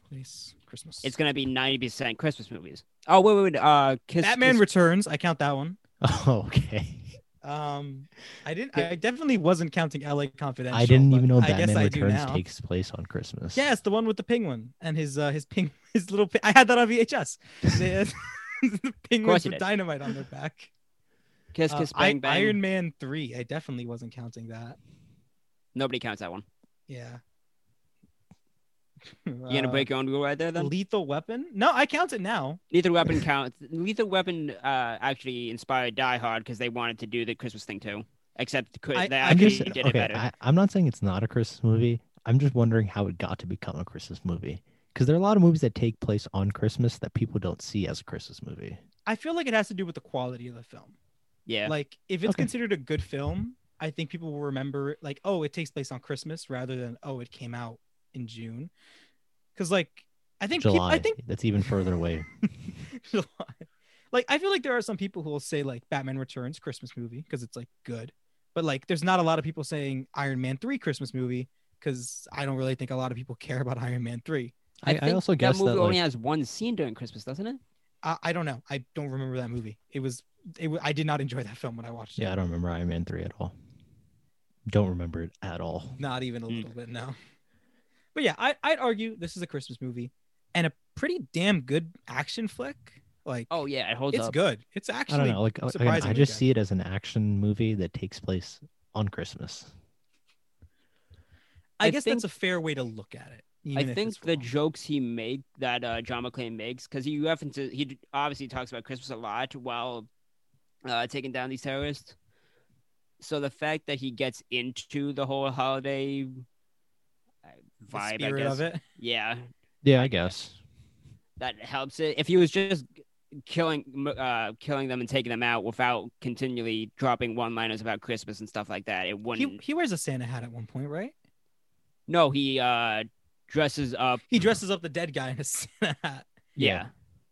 S1: place Christmas.
S2: it's gonna be ninety percent Christmas movies. Oh wait, wait, wait. Uh, Kiss,
S1: Batman
S2: Kiss-
S1: Returns. I count that one.
S3: Oh, okay,
S1: Um, I didn't.
S2: Yeah.
S1: I definitely wasn't counting L.A. Confidential.
S3: I didn't
S1: but
S3: even know
S1: I guess
S3: Batman
S1: I do
S3: Returns
S1: now.
S3: takes place on Christmas.
S1: Yeah, it's the one with the penguin and his uh his ping his little. Ping- I had that on VHS. The, the penguins
S2: you
S1: with
S2: did.
S1: dynamite on their back.
S2: Kiss
S1: Uh,
S2: Kiss
S1: I-
S2: Bang Bang.
S1: Iron Man three. I definitely wasn't counting that.
S2: Nobody counts that one.
S1: Yeah. Uh,
S2: You gonna break your own rule right there then?
S1: Lethal Weapon? No, I count it now.
S2: Lethal Weapon counts. Lethal Weapon uh, actually inspired Die Hard because they wanted to do the Christmas thing too. Except cri-
S1: I-
S2: they
S1: I'm
S3: I'm
S2: actually
S3: just
S2: did it
S3: okay.
S2: better.
S3: I, I'm not saying it's not a Christmas movie. I'm just wondering how it got to become a Christmas movie because there are a lot of movies that take place on Christmas that people don't see as a Christmas movie.
S1: I feel like it has to do with the quality of the film.
S2: yeah.
S1: Like if it's
S3: Okay.
S1: considered a good film, I think people will remember it like, oh, it takes place on Christmas rather than oh, it came out in June. Cause like I think peop-
S3: July.
S1: I think
S3: that's even further away.
S1: July. Like I feel like there are some people who will say like Batman Returns Christmas movie because it's like good, but like there's not a lot of people saying Iron Man three Christmas movie because I don't really think a lot of people care about Iron Man three.
S3: I, I,
S2: think
S3: also guess
S2: that movie
S3: that
S2: only
S3: like,
S2: has one scene during Christmas, doesn't it?
S1: I, I don't know. I don't remember that movie. It was it, wa- I did not enjoy that film when I watched it.
S3: yeah, I don't remember Iron Man three at all. Don't remember it at all.
S1: Not even a
S2: Mm.
S1: little bit, no. But yeah, I, I'd argue this is a Christmas movie and a pretty damn good action flick. Like,
S2: Oh yeah, it holds
S1: it's
S2: up.
S1: good. It's actually,
S3: I don't know. Like again, I
S1: surprisingly
S3: just
S1: good.
S3: see it as an action movie that takes place on Christmas.
S1: I,
S2: I
S1: guess
S2: think-
S1: that's a fair way to look at it.
S2: I
S1: even if
S2: think
S1: it's
S2: the
S1: wrong.
S2: jokes he make that uh, John McClane makes because he references he d- obviously talks about Christmas a lot while uh, taking down these terrorists. So the fact that he gets into the whole holiday uh,
S1: The
S2: vibe, I
S1: spirit
S2: guess,
S1: of it.
S2: yeah,
S3: Yeah, I guess.
S2: that helps it. If he was just killing m- uh, killing them and taking them out without continually dropping one liners about Christmas and stuff like that, it
S1: He,
S2: wouldn't.
S1: he wears a Santa hat at one point, right?
S2: No, he uh, dresses up.
S1: He dresses up the dead guy in a Santa hat.
S2: Yeah.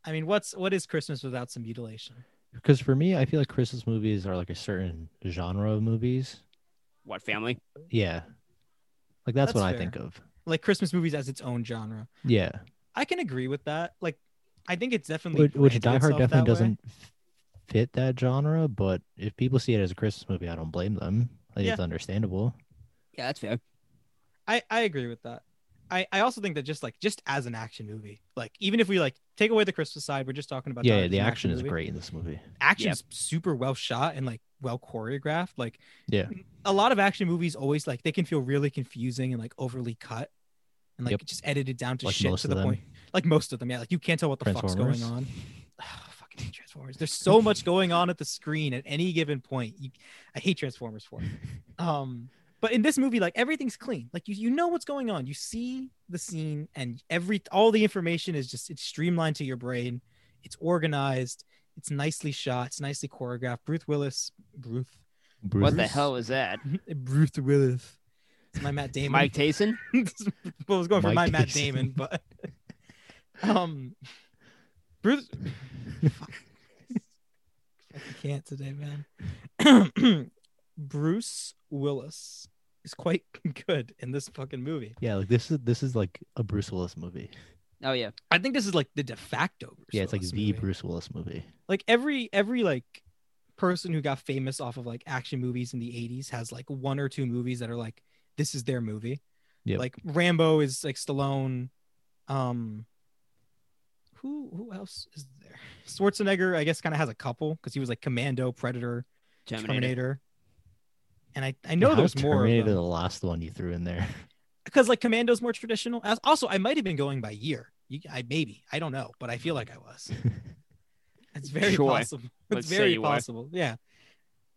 S1: I mean, what's what is Christmas without some mutilation?
S3: Because for me, I feel like Christmas movies are like a certain genre of movies.
S2: What family?
S3: Yeah. Like that's, what
S1: That's
S3: I think of.
S1: Like Christmas movies as its own genre.
S3: Yeah.
S1: I can agree with that. Like, I think it's definitely
S3: Which, which
S1: branded
S3: Die Hard
S1: itself that
S3: definitely
S1: way.
S3: doesn't f- fit that genre, but if people see it as a Christmas movie, I don't blame them. Like,
S1: Yeah.
S3: It's understandable.
S2: Yeah, that's fair.
S1: I I agree with that. I I also think that just like just as an action movie, like even if we like take away the Christmas side, we're just talking about Die
S3: yeah,
S1: Hard
S3: the
S1: as an
S3: action is
S1: movie.
S3: great in this movie.
S1: Action's super well shot and like well choreographed. Like
S3: Yeah.
S1: a lot of action movies always like they can feel really confusing and like overly cut and like
S3: Yep.
S1: just edited down to
S3: Like
S1: shit
S3: most
S1: to
S3: of
S1: the
S3: them.
S1: point. Like most of them, yeah. Like you can't tell what the fuck's going
S3: Transformers.
S1: on. Ugh, fucking hate Transformers. There's so much going on at the screen at any given point. You, I hate Transformers for it. Um, but in this movie, like everything's clean. Like you, you know what's going on. You see the scene, and every all the information is just it's streamlined to your brain. It's organized. It's nicely shot. It's nicely choreographed. Bruce Willis, Bruce,
S2: What the
S3: Bruce?
S2: hell is that?
S1: Bruce Willis. It's my Matt Damon.
S2: Mike Tyson?
S1: well, I was going for
S3: Mike
S1: my Matt
S3: Tyson.
S1: Damon, but um, Bruce. Fuck. I can't today, man. Bruce Willis is quite good in this fucking movie.
S3: Yeah, like this is this is like a Bruce Willis movie.
S2: Oh yeah.
S1: I think this is like the de facto. Bruce
S3: yeah, it's like
S1: Willis
S3: the
S1: movie.
S3: Bruce Willis movie.
S1: Like every every like person who got famous off of like action movies in the '80s has like one or two movies that are like this is their movie.
S3: Yep.
S1: Like Rambo is like Stallone. Um, who who else is there? Schwarzenegger, I guess, kind of has a couple because he was like Commando, Predator, Terminator.
S2: Terminator.
S1: And I, I know
S3: How
S1: there's
S3: is
S1: more of
S3: Terminator
S1: them.
S3: the last one you threw in there.
S1: because like commando's more traditional as also i might have been going by year you, i maybe i don't know but i feel like i was it's very
S2: Sure.
S1: possible it's
S2: Let's say
S1: very
S2: you were.
S1: possible yeah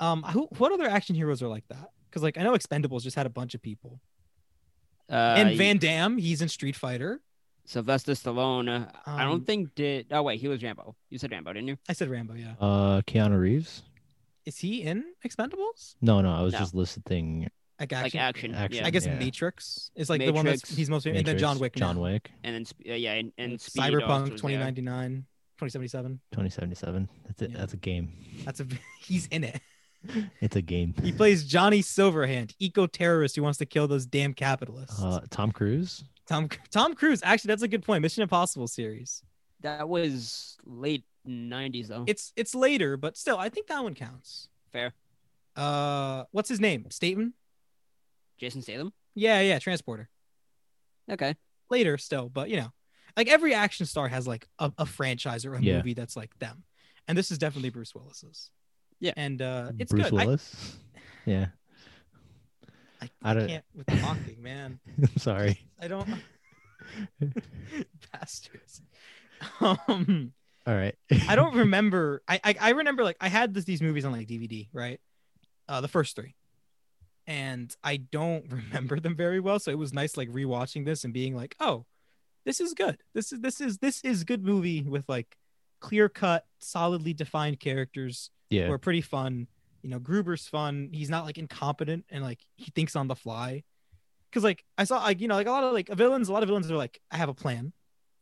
S1: um who, what other action heroes are like that because like i know expendables just had a bunch of people
S2: Uh,
S1: and van damme he's in street fighter
S2: Sylvester Stallone. uh, I
S1: Um,
S2: don't think did. Oh wait, he was Rambo. You said Rambo, didn't you?
S1: i said rambo yeah
S3: Uh Keanu Reeves?
S1: is he in expendables
S3: No, no, I was
S2: No.
S3: just listing
S1: like
S2: Like
S1: action,
S2: action.
S3: Action.
S2: Yeah.
S1: i guess
S3: Yeah.
S1: matrix is like the one that's
S2: Matrix.
S1: he's most famous. and then
S3: Matrix,
S1: john wick
S3: John
S1: now.
S3: Wick,
S2: And then sp- uh, yeah, and, and Speed also
S1: cyberpunk
S2: was there.
S1: 2099 2077
S3: 2077. That's it.
S1: Yeah.
S3: That's a game.
S1: that's a he's in it
S3: It's a game.
S1: He plays Johnny Silverhand, eco terrorist who wants to kill those damn capitalists.
S3: Uh, Tom Cruise.
S1: Tom Tom Cruise. Actually, that's a good point. Mission Impossible series.
S2: That was late '90s though.
S1: It's it's later, but still, I think that one counts.
S2: Fair.
S1: Uh, what's his name? Staten.
S2: Jason Statham.
S1: Yeah, yeah. Transporter.
S2: Okay.
S1: Later, still, but you know, like every action star has like a, a franchise or a
S3: Yeah.
S1: movie that's like them, and this is definitely Bruce Willis's.
S2: Yeah.
S1: and uh, it's
S3: Bruce
S1: good. I-
S3: Willis. Yeah.
S1: I,
S3: I don't-
S1: can't with the mocking man.
S3: I'm sorry.
S1: I don't. Bastards. Um.
S3: All right.
S1: I don't remember. I, I I remember like I had this, these movies on like DVD, right? Uh, the first three, and I don't remember them very well. So it was nice like rewatching this and being like, oh, this is good. This is this is this is good movie with like clear cut, solidly defined characters
S3: Yeah.
S1: who are pretty fun. You know, Gruber's fun. He's not like incompetent and like he thinks on the fly. Cause like I saw like you know like a lot of like villains, a lot of villains are like I have a plan,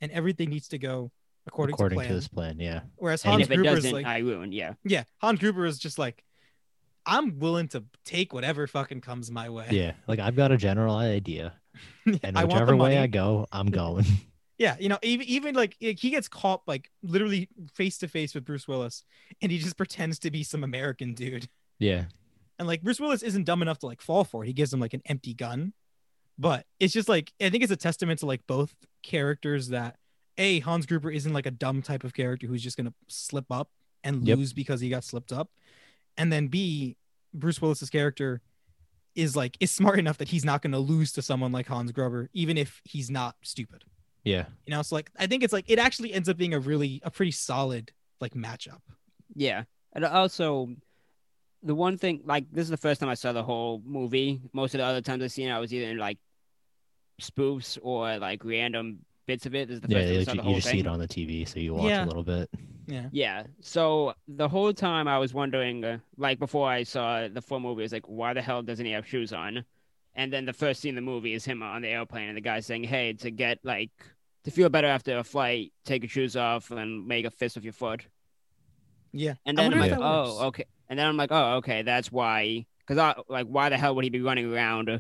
S1: and everything needs to go according,
S3: According
S1: to
S3: to,
S1: plan.
S3: this plan, yeah.
S1: Whereas
S3: And
S1: Hans
S2: and if it
S1: Gruber is
S2: doesn't,
S1: like,
S2: I ruin. Yeah.
S1: yeah, Hans Gruber is just like, I'm willing to take whatever fucking comes my way.
S3: Yeah. Like I've got a general idea. And
S1: I want the
S3: whichever
S1: money.
S3: way I go, I'm going.
S1: yeah, you know, even even like like, he gets caught like literally face to face with Bruce Willis, and he just pretends to be some American dude.
S3: yeah.
S1: And like Bruce Willis isn't dumb enough to like fall for it. He gives him like an empty gun. But it's just like I think it's a testament to like both characters that A Hans Gruber isn't like a dumb type of character who's just gonna slip up and
S3: Yep.
S1: lose because he got slipped up. And then B, Bruce Willis's character is like is smart enough that he's not gonna lose to someone like Hans Gruber, even if he's not stupid.
S3: Yeah.
S1: You know, so like I think it's like it actually ends up being a really a pretty solid like matchup.
S2: Yeah. And also, the one thing, like, this is the first time I saw the whole movie. Most of the other times I've seen it, I was either in, like, spoofs or, like, random bits of it. This is the
S3: yeah.
S2: first time I saw
S3: like, you
S2: the whole
S3: just
S2: thing.
S3: see it on the TV, so you watch
S1: Yeah.
S3: a little bit.
S1: Yeah.
S2: yeah. So the whole time I was wondering, uh, like, before I saw the full movie, I was like, why the hell doesn't he have shoes on? And then the first scene in the movie is him on the airplane and the guy saying, hey, to get, like, to feel better after a flight, take your shoes off and make a fist with your foot.
S1: Yeah.
S2: And
S1: I
S2: then
S1: wonder
S2: I'm like,
S1: if that works.
S2: oh, okay. And then I'm like, oh, okay, that's why. Because I like, why the hell would he be running around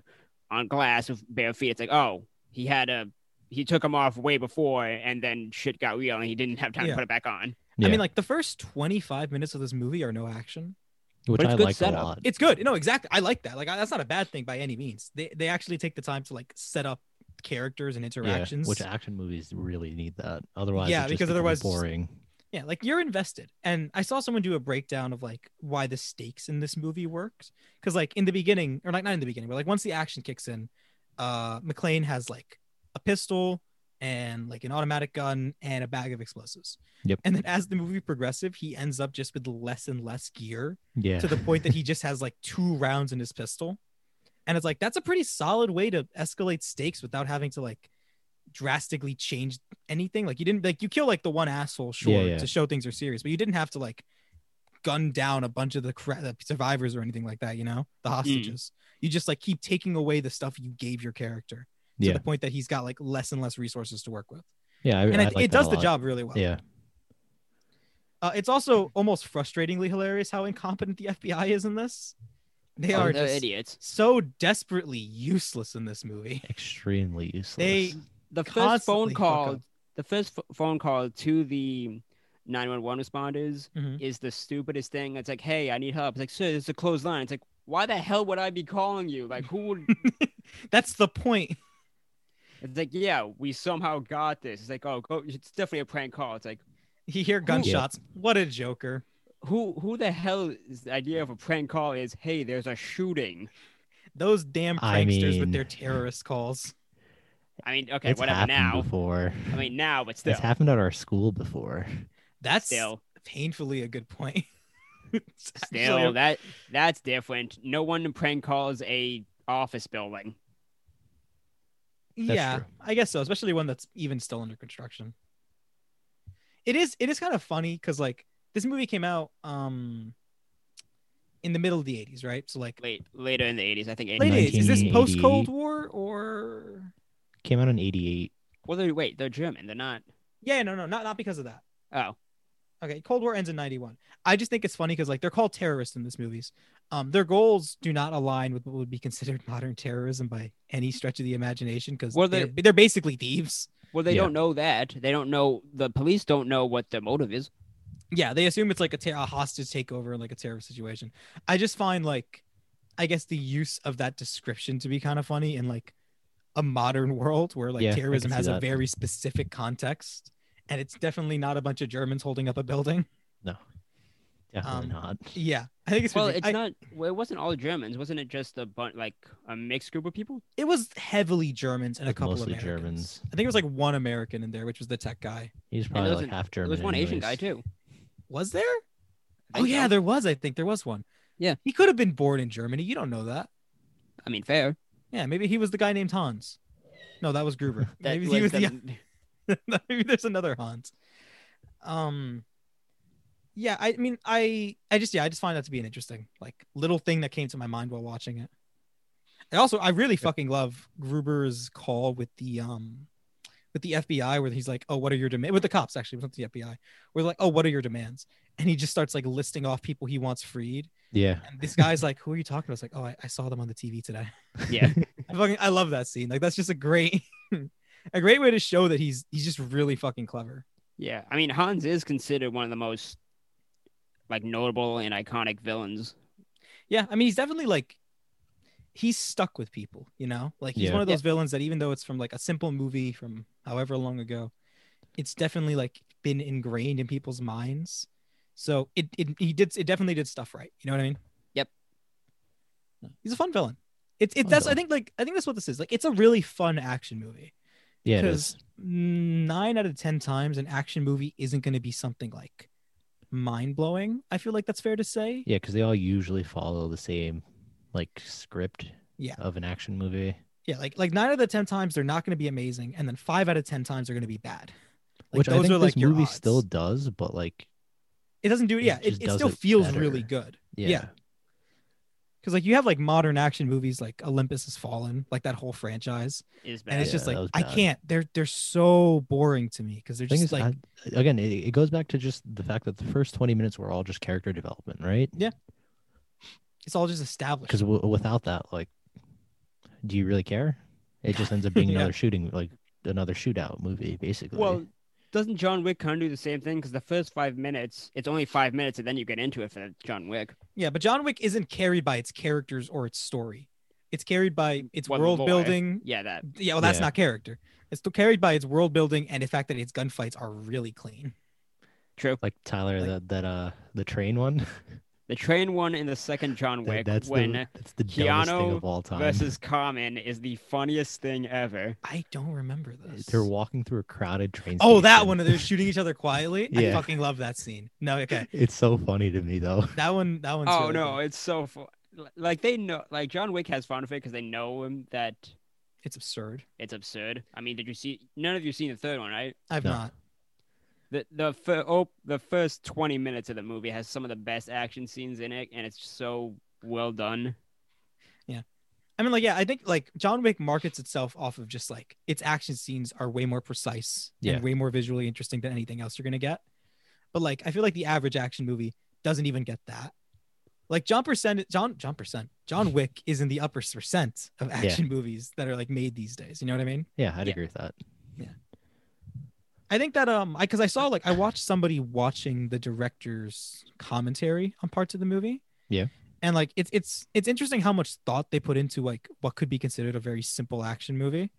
S2: on glass with bare feet? It's like, oh, he had a, he took them off way before, and then shit got real, and he didn't have time
S1: Yeah.
S2: to put it back
S1: I
S2: on.
S3: Yeah.
S1: mean, like the first 25 minutes of this movie are no action.
S3: Which
S2: but it's
S3: I
S2: good
S3: like a
S2: setup.
S3: lot.
S1: It's good. No, exactly. I like that. Like I, that's not a bad thing by any means. They they actually take the time to like set up characters and
S3: yeah,
S1: interactions.
S3: which action movies really need that. Otherwise,
S1: Yeah,
S3: it just
S1: because
S3: becomes
S1: otherwise-
S3: boring.
S1: yeah, like you're invested. And I saw someone do a breakdown of like why the stakes in this movie works. Because like in the beginning, or like not in the beginning, but like once the action kicks in, uh McLean has like a pistol and like an automatic gun and a bag of explosives.
S3: Yep.
S1: And then as the movie progressive, he ends up just with less and less gear.
S3: Yeah.
S1: to the point that he just has like two rounds in his pistol. And it's like that's a pretty solid way to escalate stakes without having to like drastically change anything. Like you didn't like you kill like the one asshole sure
S3: yeah.
S1: to show things are serious, but you didn't have to like gun down a bunch of the, cra- the survivors or anything like that, you know, the hostages. You just like keep taking away the stuff you gave your character to
S3: Yeah.
S1: the point that he's got like less and less resources to work with.
S3: yeah. I,
S1: And
S3: I
S1: I,
S3: like
S1: it
S3: that
S1: does
S3: a
S1: the
S3: lot.
S1: job really well.
S3: Yeah.
S1: Uh, it's also almost frustratingly hilarious how incompetent the FBI is in this. They
S2: Oh,
S1: are
S2: they're
S1: just
S2: idiots.
S1: so desperately useless in this movie.
S3: Extremely useless.
S1: They
S2: The first
S1: constantly
S2: phone
S1: fuck
S2: call,
S1: up.
S2: the first ph- phone call to the 911 responders
S3: Mm-hmm.
S1: Mhm.
S2: is the stupidest thing. It's like, hey, I need help. It's like, sir, this is a closed line. It's like, why the hell would I be calling you? Like, who would?
S1: That's the point.
S2: it's like, yeah, we somehow got this. It's like, oh, go, it's definitely a prank call. It's like,
S1: You hear gunshots. What a joker.
S2: who, who the hell is the idea of a prank call is? Hey, there's a shooting.
S1: Those damn pranksters with
S3: I mean-
S1: their terrorist calls.
S2: I mean, okay,
S3: it's
S2: whatever.
S3: happened
S2: Now,
S3: before.
S2: I mean, now, but still,
S3: it's happened at our school before.
S1: That's
S2: still,
S1: painfully a good point. It's actually
S2: still,
S1: a-
S2: that that's different. No one prank calls a office building.
S3: That's
S1: yeah,
S3: true.
S1: I guess so, especially one that's even still under construction. It is it is kind of funny because like this movie came out um in the middle of the 80s, right? So like
S2: late later in the eighties, I think.
S1: late 80s. Is this
S3: 1988.
S1: post Cold War or
S3: Came out in '88.
S2: Well, they wait, they're German. They're not.
S1: yeah, no, no, not not because of that.
S2: Oh,
S1: Okay, Cold War ends in 91. I just think it's funny because like they're called terrorists in this movies. Um, their goals do not align with what would be considered modern terrorism by any stretch of the imagination because
S2: Well, they-
S1: they're, they're basically thieves.
S2: well, they
S3: Yeah.
S2: don't know that. They don't know. The police don't know what their motive is.
S1: yeah they assume it's like a, ter- a hostage takeover and like a terrorist situation i just find like i guess the use of that description to be kind of funny in like a modern world where like
S3: Yeah, I can
S1: terrorism
S3: see
S1: has a
S3: that.
S1: very specific context and it's definitely not a bunch of germans holding up a building
S3: Definitely
S1: Um,
S3: not.
S1: yeah i think it's,
S2: Well,
S1: ridic-
S2: it's
S1: I-
S2: not. Well, it wasn't all Germans. Wasn't it just a bunch like a mixed group of people?
S1: it was heavily germans and a
S3: Like,
S1: couple of
S3: mostly
S1: americans
S3: Germans.
S1: i think it was like one american in there which was the tech guy
S3: He's probably
S2: was
S3: like
S2: an-
S3: half German.
S2: there was one Asian guy
S3: anyways.
S2: too.
S1: was there oh
S2: I think
S1: yeah
S2: so.
S1: there was i think there was one
S2: Yeah.
S1: he could have been born in germany you don't know that
S2: I mean, fair.
S1: Yeah, maybe he was the guy named Hans. No, that was Gruber.
S2: That
S1: maybe he was the,
S2: the-
S1: maybe there's another Hans. Um yeah, I mean I I just yeah, I just find that to be an interesting like little thing that came to my mind while watching it. I also I really fucking love Gruber's call with the um with the FBI where he's like, "Oh, what are your demands?" with the cops actually, with the FBI. We're like, "Oh, what are your demands?" And he just starts like listing off people he wants freed.
S3: Yeah.
S1: And this guy's like, "Who are you talking to?" It's like, "Oh, I, I saw them on the TV today."
S2: yeah.
S1: I fucking I love that scene. Like that's just a great a great way to show that he's he's just really fucking clever.
S2: Yeah, I mean Hans is considered one of the most like notable and iconic villains.
S1: Yeah, I mean he's definitely like he's stuck with people, you know? Like he's
S3: Yeah.
S1: one of those villains that even though it's from like a simple movie from however long ago, it's definitely like been ingrained in people's minds. So it it he did it definitely did stuff right. You know what I mean?
S2: Yep.
S1: He's a fun villain. It's it
S3: Fun
S1: that's I
S3: villain.
S1: think like I think that's what this is. Like it's a really fun action movie.
S3: Yeah. It
S1: because
S3: is.
S1: nine out of ten times an action movie isn't going to be something like mind blowing. I feel like that's fair to say.
S3: Yeah, because they all usually follow the same like script.
S1: Yeah.
S3: Of an action movie.
S1: Yeah, like like nine out of the ten times they're not going to be amazing, and then five out of ten times they're going to be bad. Like,
S3: Which I think this
S1: your
S3: movie
S1: odds.
S3: still does, but like,
S1: it doesn't do.
S3: it
S1: Yeah, it,
S3: just
S1: it
S3: does
S1: still
S3: it
S1: feels
S3: better.
S1: really good.
S3: yeah,
S1: Yeah. Because like you have like modern action movies like Olympus Has Fallen, like that whole franchise,
S2: Is bad.
S1: and it's
S3: Yeah,
S1: just like
S3: that was
S1: I
S3: bad.
S1: can't. They're they're so boring to me because they're
S3: The thing
S1: just
S3: is,
S1: like
S3: I- again, it, it goes back to just the fact that the first twenty minutes were all just character development, right?
S1: it's all just established.
S3: Because w- without that, like, do you really care? It just ends up being
S1: Yeah.
S3: another shooting, like another shootout movie, basically.
S2: well, doesn't John Wick kind of do the same thing? Because the first five minutes, it's only five minutes, and then you get into it for John Wick.
S1: Yeah, but John Wick isn't carried by its characters or its story. It's carried by its
S2: Well,
S1: world
S2: lore.
S1: building.
S2: Yeah, that.
S1: Yeah, well, that's
S3: Yeah.
S1: not character. It's still carried by its world building and the fact that its gunfights are really clean.
S2: True.
S3: like Tyler,
S1: like-
S3: that that uh, the train one.
S2: The train one in the second John
S3: That-
S2: Wick
S3: that's
S2: when
S3: the that's the dumbest thing
S2: Keanu
S3: of all time.
S2: versus Common is the funniest thing ever.
S1: I don't remember this.
S3: They're walking through a crowded train.
S1: Oh, that
S3: station.
S1: one. They're shooting each other quietly. I
S3: Yeah.
S1: fucking love that scene. No, okay,
S3: It's so funny to me though.
S1: that one. That one's.
S2: oh
S1: really
S2: no,
S1: good.
S2: it's so fun. Like they know, like John Wick has fun with it because they know him that
S1: it's absurd.
S2: it's absurd. I mean, did you see? None of you seen the third one, right?
S1: I've
S3: No.
S1: not.
S2: the the fir- oh, the first 20 minutes of the movie has some of the best action scenes in it and it's so well done
S1: I mean, like, yeah, I think like John Wick markets itself off of just like its action scenes are way more precise
S3: Yeah.
S1: and way more visually interesting than anything else you're gonna get. But like, I feel like the average action movie doesn't even get that. Like John percent, John John percent, John Wick is in the upper percent of action movies that are like made these days. You know what I mean?
S3: Yeah, I'd
S2: Yeah.
S3: agree with that.
S1: I think that um, I because I saw like I watched somebody watching the director's commentary on parts of the movie.
S3: Yeah.
S1: and like it's it's it's interesting how much thought they put into like what could be considered a very simple action movie,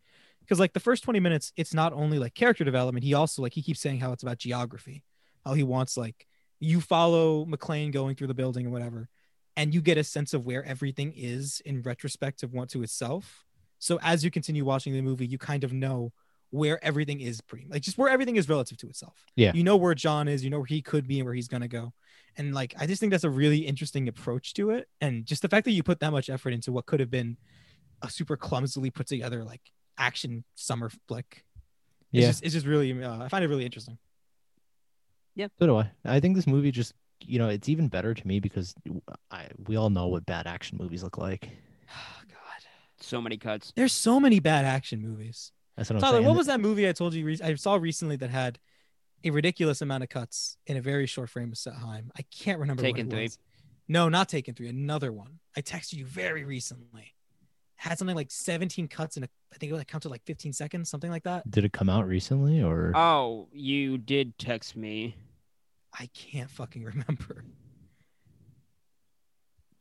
S1: because like the first twenty minutes, it's not only like character development. He also like he keeps saying how it's about geography, how he wants like you follow McLean going through the building and whatever, and you get a sense of where everything is in retrospect of one to itself. So as you continue watching the movie, you kind of know where everything is pretty like just where everything is relative to itself.
S3: Yeah.
S1: You know where John is, you know where he could be and where he's gonna go. And like I just think that's a really interesting approach to it. And just the fact that you put that much effort into what could have been a super clumsily put together like action summer flick. It's
S3: Yeah.
S1: just, it's just really uh, I find it really interesting.
S3: So do I. I think this movie just, you know, it's even better to me because I we all know what bad action movies look like.
S1: Oh god.
S2: So many cuts.
S1: There's so many bad action movies.
S3: That's what I'm
S1: Tyler,
S3: saying.
S1: what was that movie I told you re- I saw recently that had a ridiculous amount of cuts in a very short frame of time? I can't remember.
S2: Taken
S1: what it
S2: Three.
S1: was. No, not Taken Three. Another one. I texted you very recently. Had something like 17 cuts in a. I think it like counted like 15 seconds, something like that.
S3: Did it come out recently or?
S2: Oh, you did text me.
S1: I can't fucking remember.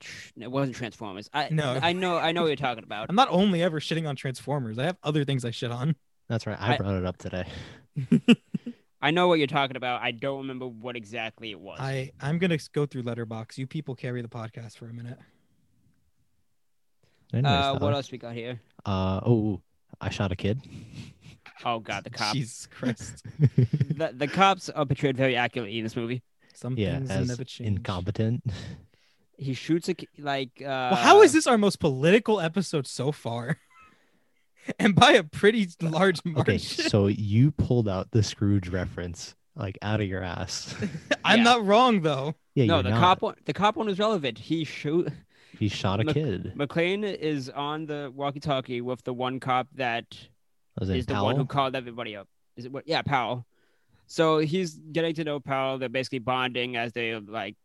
S2: Tr- It wasn't Transformers. I
S1: No.
S2: I know I know what you're talking about.
S1: I'm not only ever shitting on Transformers. I have other things I shit on.
S3: That's right. I
S2: I-
S3: brought it up today.
S2: I know what you're talking about. I don't remember what exactly it was. Uh,
S1: I I'm gonna go through Letterbox. You people carry the podcast for a minute.
S3: Anyways,
S2: uh, what
S3: Tyler.
S2: else we got here?
S3: Uh, oh, I shot a kid.
S2: Oh God, the cops.
S1: Jesus Christ.
S2: the, the cops are portrayed very accurately in this movie.
S1: Some
S3: yeah,
S1: things
S3: as
S1: never change.
S3: incompetent.
S2: He shoots a ki- like. Uh,
S1: Well, how is this our most political episode so far? and by a pretty large margin.
S3: Okay, so you pulled out the Scrooge reference like out of your ass.
S1: I'm
S2: Yeah.
S1: not wrong though.
S3: yeah,
S2: No,
S3: you're
S2: the
S3: not.
S2: cop one. The cop one was relevant. He shoot.
S3: He shot a
S2: Mc-
S3: kid.
S2: McLean is on the walkie-talkie with the one cop that
S3: Was
S2: is
S3: it
S2: the one who
S3: Powell?
S2: called everybody up. Is it what? Yeah, Powell. So he's getting to know Powell. They're basically bonding as they are, like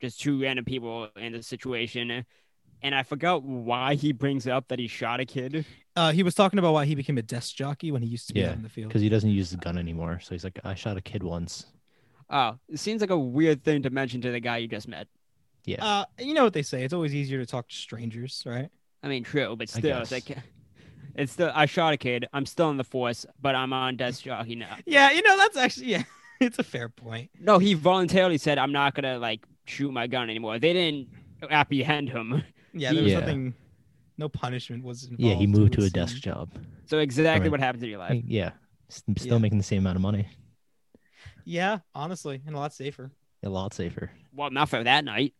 S2: just two random people in the situation. And I forgot why he brings up that he shot a kid.
S1: Uh, he was talking about why he became a desk jockey when he used to be
S3: Yeah,
S1: out in the field.
S3: Because he doesn't use the gun anymore. So he's like, I shot a kid once.
S2: Oh, it seems like a weird thing to mention to the guy you just met.
S3: Yeah.
S1: Uh, you know what they say? It's always easier to talk to strangers, right?
S2: I mean, true, but still, it's
S3: guess.
S2: like it's still. I shot a kid. I'm still in the force, but I'm on desk jockey now.
S1: Yeah, you know that's actually yeah, it's a fair point.
S2: No, he voluntarily said, "I'm not gonna like shoot my gun anymore." They didn't apprehend him.
S1: Yeah, there was
S3: Yeah.
S1: nothing, no punishment was involved.
S3: yeah, he
S1: it
S3: moved to
S1: would
S3: a desk
S1: seem.
S3: job.
S2: So exactly
S3: Right.
S2: what happens in your life.
S3: Hey, yeah. s- Still
S1: Yeah.
S3: making the same amount of money.
S1: Yeah, honestly, and a lot safer.
S3: A lot safer.
S2: Well, not for that night.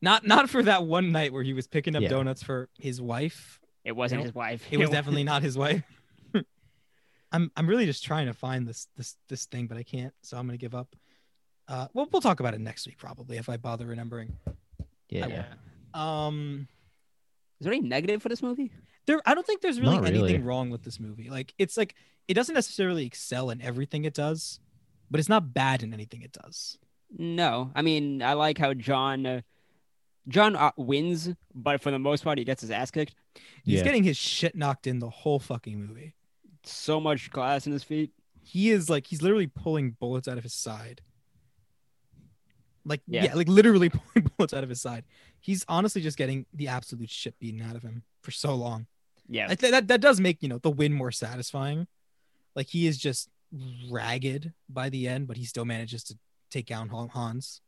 S1: Not not for that one night where he was picking up
S3: Yeah.
S1: donuts for his wife
S2: It wasn't
S1: Nope.
S2: his wife.
S1: It was
S2: wa-
S1: definitely not his wife. I'm I'm really just trying to find this this this thing, but I can't, so I'm gonna give up. Uh, well, we'll talk about it next week probably if I bother remembering.
S3: Yeah.
S1: I
S3: yeah.
S1: Um,
S2: Is there any negative for this movie?
S1: there I don't think there's really
S3: Not
S1: anything
S3: really.
S1: wrong with this movie. Like it's like it doesn't necessarily excel in everything it does, but it's not bad in anything it does.
S2: No. I mean, I like how John. Uh, John uh, wins, but for the most part, he gets his ass kicked.
S1: He's
S3: Yeah.
S1: getting his shit knocked in the whole fucking movie.
S2: So much glass in his feet.
S1: He is like he's literally pulling bullets out of his side. Like yeah.
S2: Yeah.
S1: like literally pulling bullets out of his side. He's honestly just getting the absolute shit beaten out of him for so long.
S2: Yeah.
S1: I th- that that does make you know the win more satisfying. Like he is just ragged by the end, but he still manages to take down Han- Hans.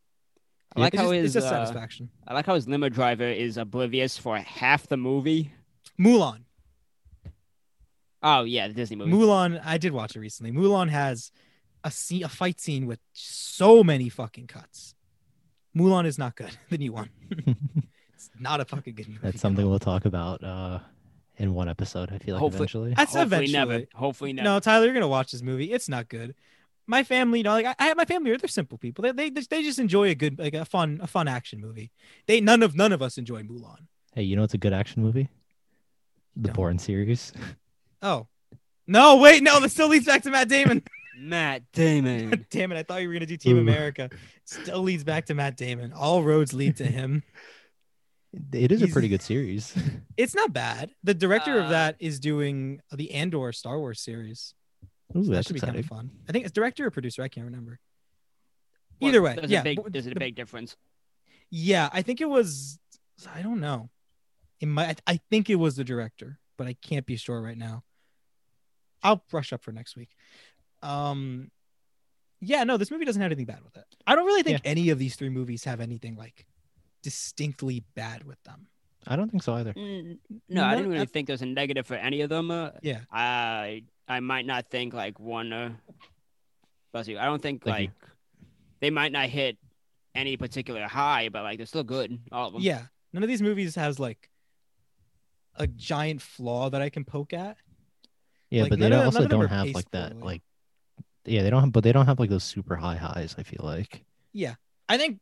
S2: I like
S1: it's
S2: how
S1: just,
S2: his
S1: it's just
S2: uh,
S1: satisfaction.
S2: I like how his limo driver is oblivious for half the movie.
S1: Mulan.
S2: Oh yeah, the Disney movie.
S1: Mulan, I did watch it recently. Mulan has a scene, a fight scene with so many fucking cuts. Mulan is not good. The new one. it's not a fucking good movie.
S3: That's something we'll talk about uh, in one episode, I feel like
S2: Hopefully-
S3: eventually.
S1: That's
S2: Hopefully
S1: eventually.
S2: never. Hopefully never.
S1: No, Tyler, you're gonna watch this movie. It's not good. My family, you know, like I, I have my family. They're simple people. They, they they just enjoy a good, like a fun, a fun action movie. They none of none of us enjoy Mulan.
S3: Hey, you know what's a good action movie? The
S1: Don't.
S3: Bourne series.
S1: Oh, no, wait, no. That still leads back to Matt Damon.
S2: Matt Damon.
S1: Damn it! I thought you were gonna do Team
S3: Ooh.
S1: America. Still leads back to Matt Damon. All roads lead to him.
S3: It is a
S1: He's-
S3: pretty good series.
S1: It's not bad. The director
S2: Uh,
S1: of that is doing the Andor Star Wars series.
S3: Ooh,
S1: That
S3: that's
S1: should be kind
S3: exciting.
S1: of fun. I think it's director or producer. I can't remember. Either way,
S2: there's
S1: yeah,
S2: a big,
S1: but
S2: there's a
S1: the-
S2: big difference.
S1: Yeah, I think it was. I don't know. It might. I think it was the director, but I can't be sure right now. I'll brush up for next week. Um, yeah, no, this movie doesn't have anything bad with it. I don't really think any of these three movies have anything like distinctly bad with them.
S3: I don't think so either.
S2: Mm, no, I
S1: No,
S2: didn't really
S1: I-
S2: think there's a negative for any of them. Uh,
S1: Yeah,
S2: I I might not think like one. Uh, bless you. I don't think
S3: Thank you.
S2: like they might not hit any particular high, but like they're still good. All of them.
S1: yeah. None of these movies has like a giant flaw that I can poke at.
S3: Yeah,
S1: Like,
S3: but they
S1: none of
S3: don't,
S1: the- none
S3: also
S1: of them
S3: don't
S1: are
S3: have
S1: paced
S3: like that
S1: poorly.
S3: like yeah, they don't have but they don't have like those super high highs, I feel like.
S1: I think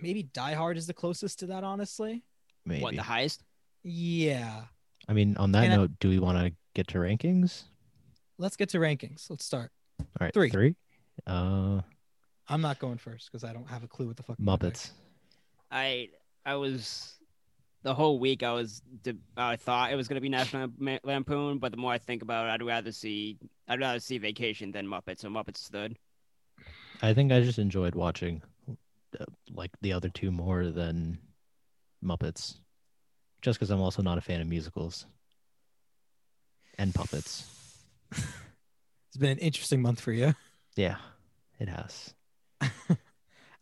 S1: maybe Die Hard is the closest to that, honestly.
S3: Maybe.
S2: What the highest?
S1: Yeah.
S3: I mean, on that
S1: And I-
S3: note, do we want to get to rankings?
S1: Let's get to rankings. Let's start.
S3: All right,
S1: Three.
S3: Three. Uh,
S1: I'm not going first because I don't have a clue what the fuck. I'm gonna pick.
S3: Muppets.
S2: I I was the whole week I was de- I thought it was gonna be National Ma- Lampoon, but the more I think about it, I'd rather see I'd rather see Vacation than Muppets. So Muppets third.
S3: I think I just enjoyed watching uh, like the other two more than Muppets, just because I'm also not a fan of musicals and puppets.
S1: It's been an interesting month for you.
S3: Yeah, it has. I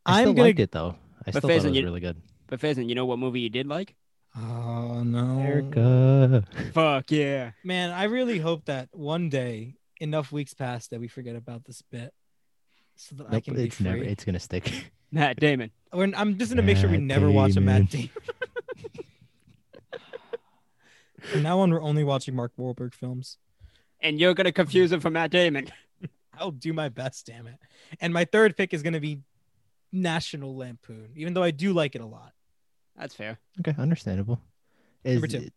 S1: I'm
S3: still
S1: gonna.
S3: liked it though. I still thought it
S2: Faison,
S3: was
S2: you-
S3: really good.
S2: But Faison, you know what movie you did like?
S1: Oh no,
S3: America.
S2: Fuck yeah!
S1: man! I really hope that one day enough weeks pass that we forget about this bit, so that I
S3: Nope,
S1: can be
S3: it's
S1: free.
S3: never. It's gonna stick.
S2: Matt Damon.
S1: We're- I'm just gonna make sure we
S3: Matt
S1: never watch a Matt Damon.
S3: Damon.
S1: From now on, we're only watching Mark Wahlberg films.
S2: And you're gonna confuse him for Matt Damon.
S1: I'll do my best, damn it. And my third pick is gonna be National Lampoon, even though I do like it a lot.
S2: That's fair.
S3: okay, understandable. Is
S1: Number two.
S3: it-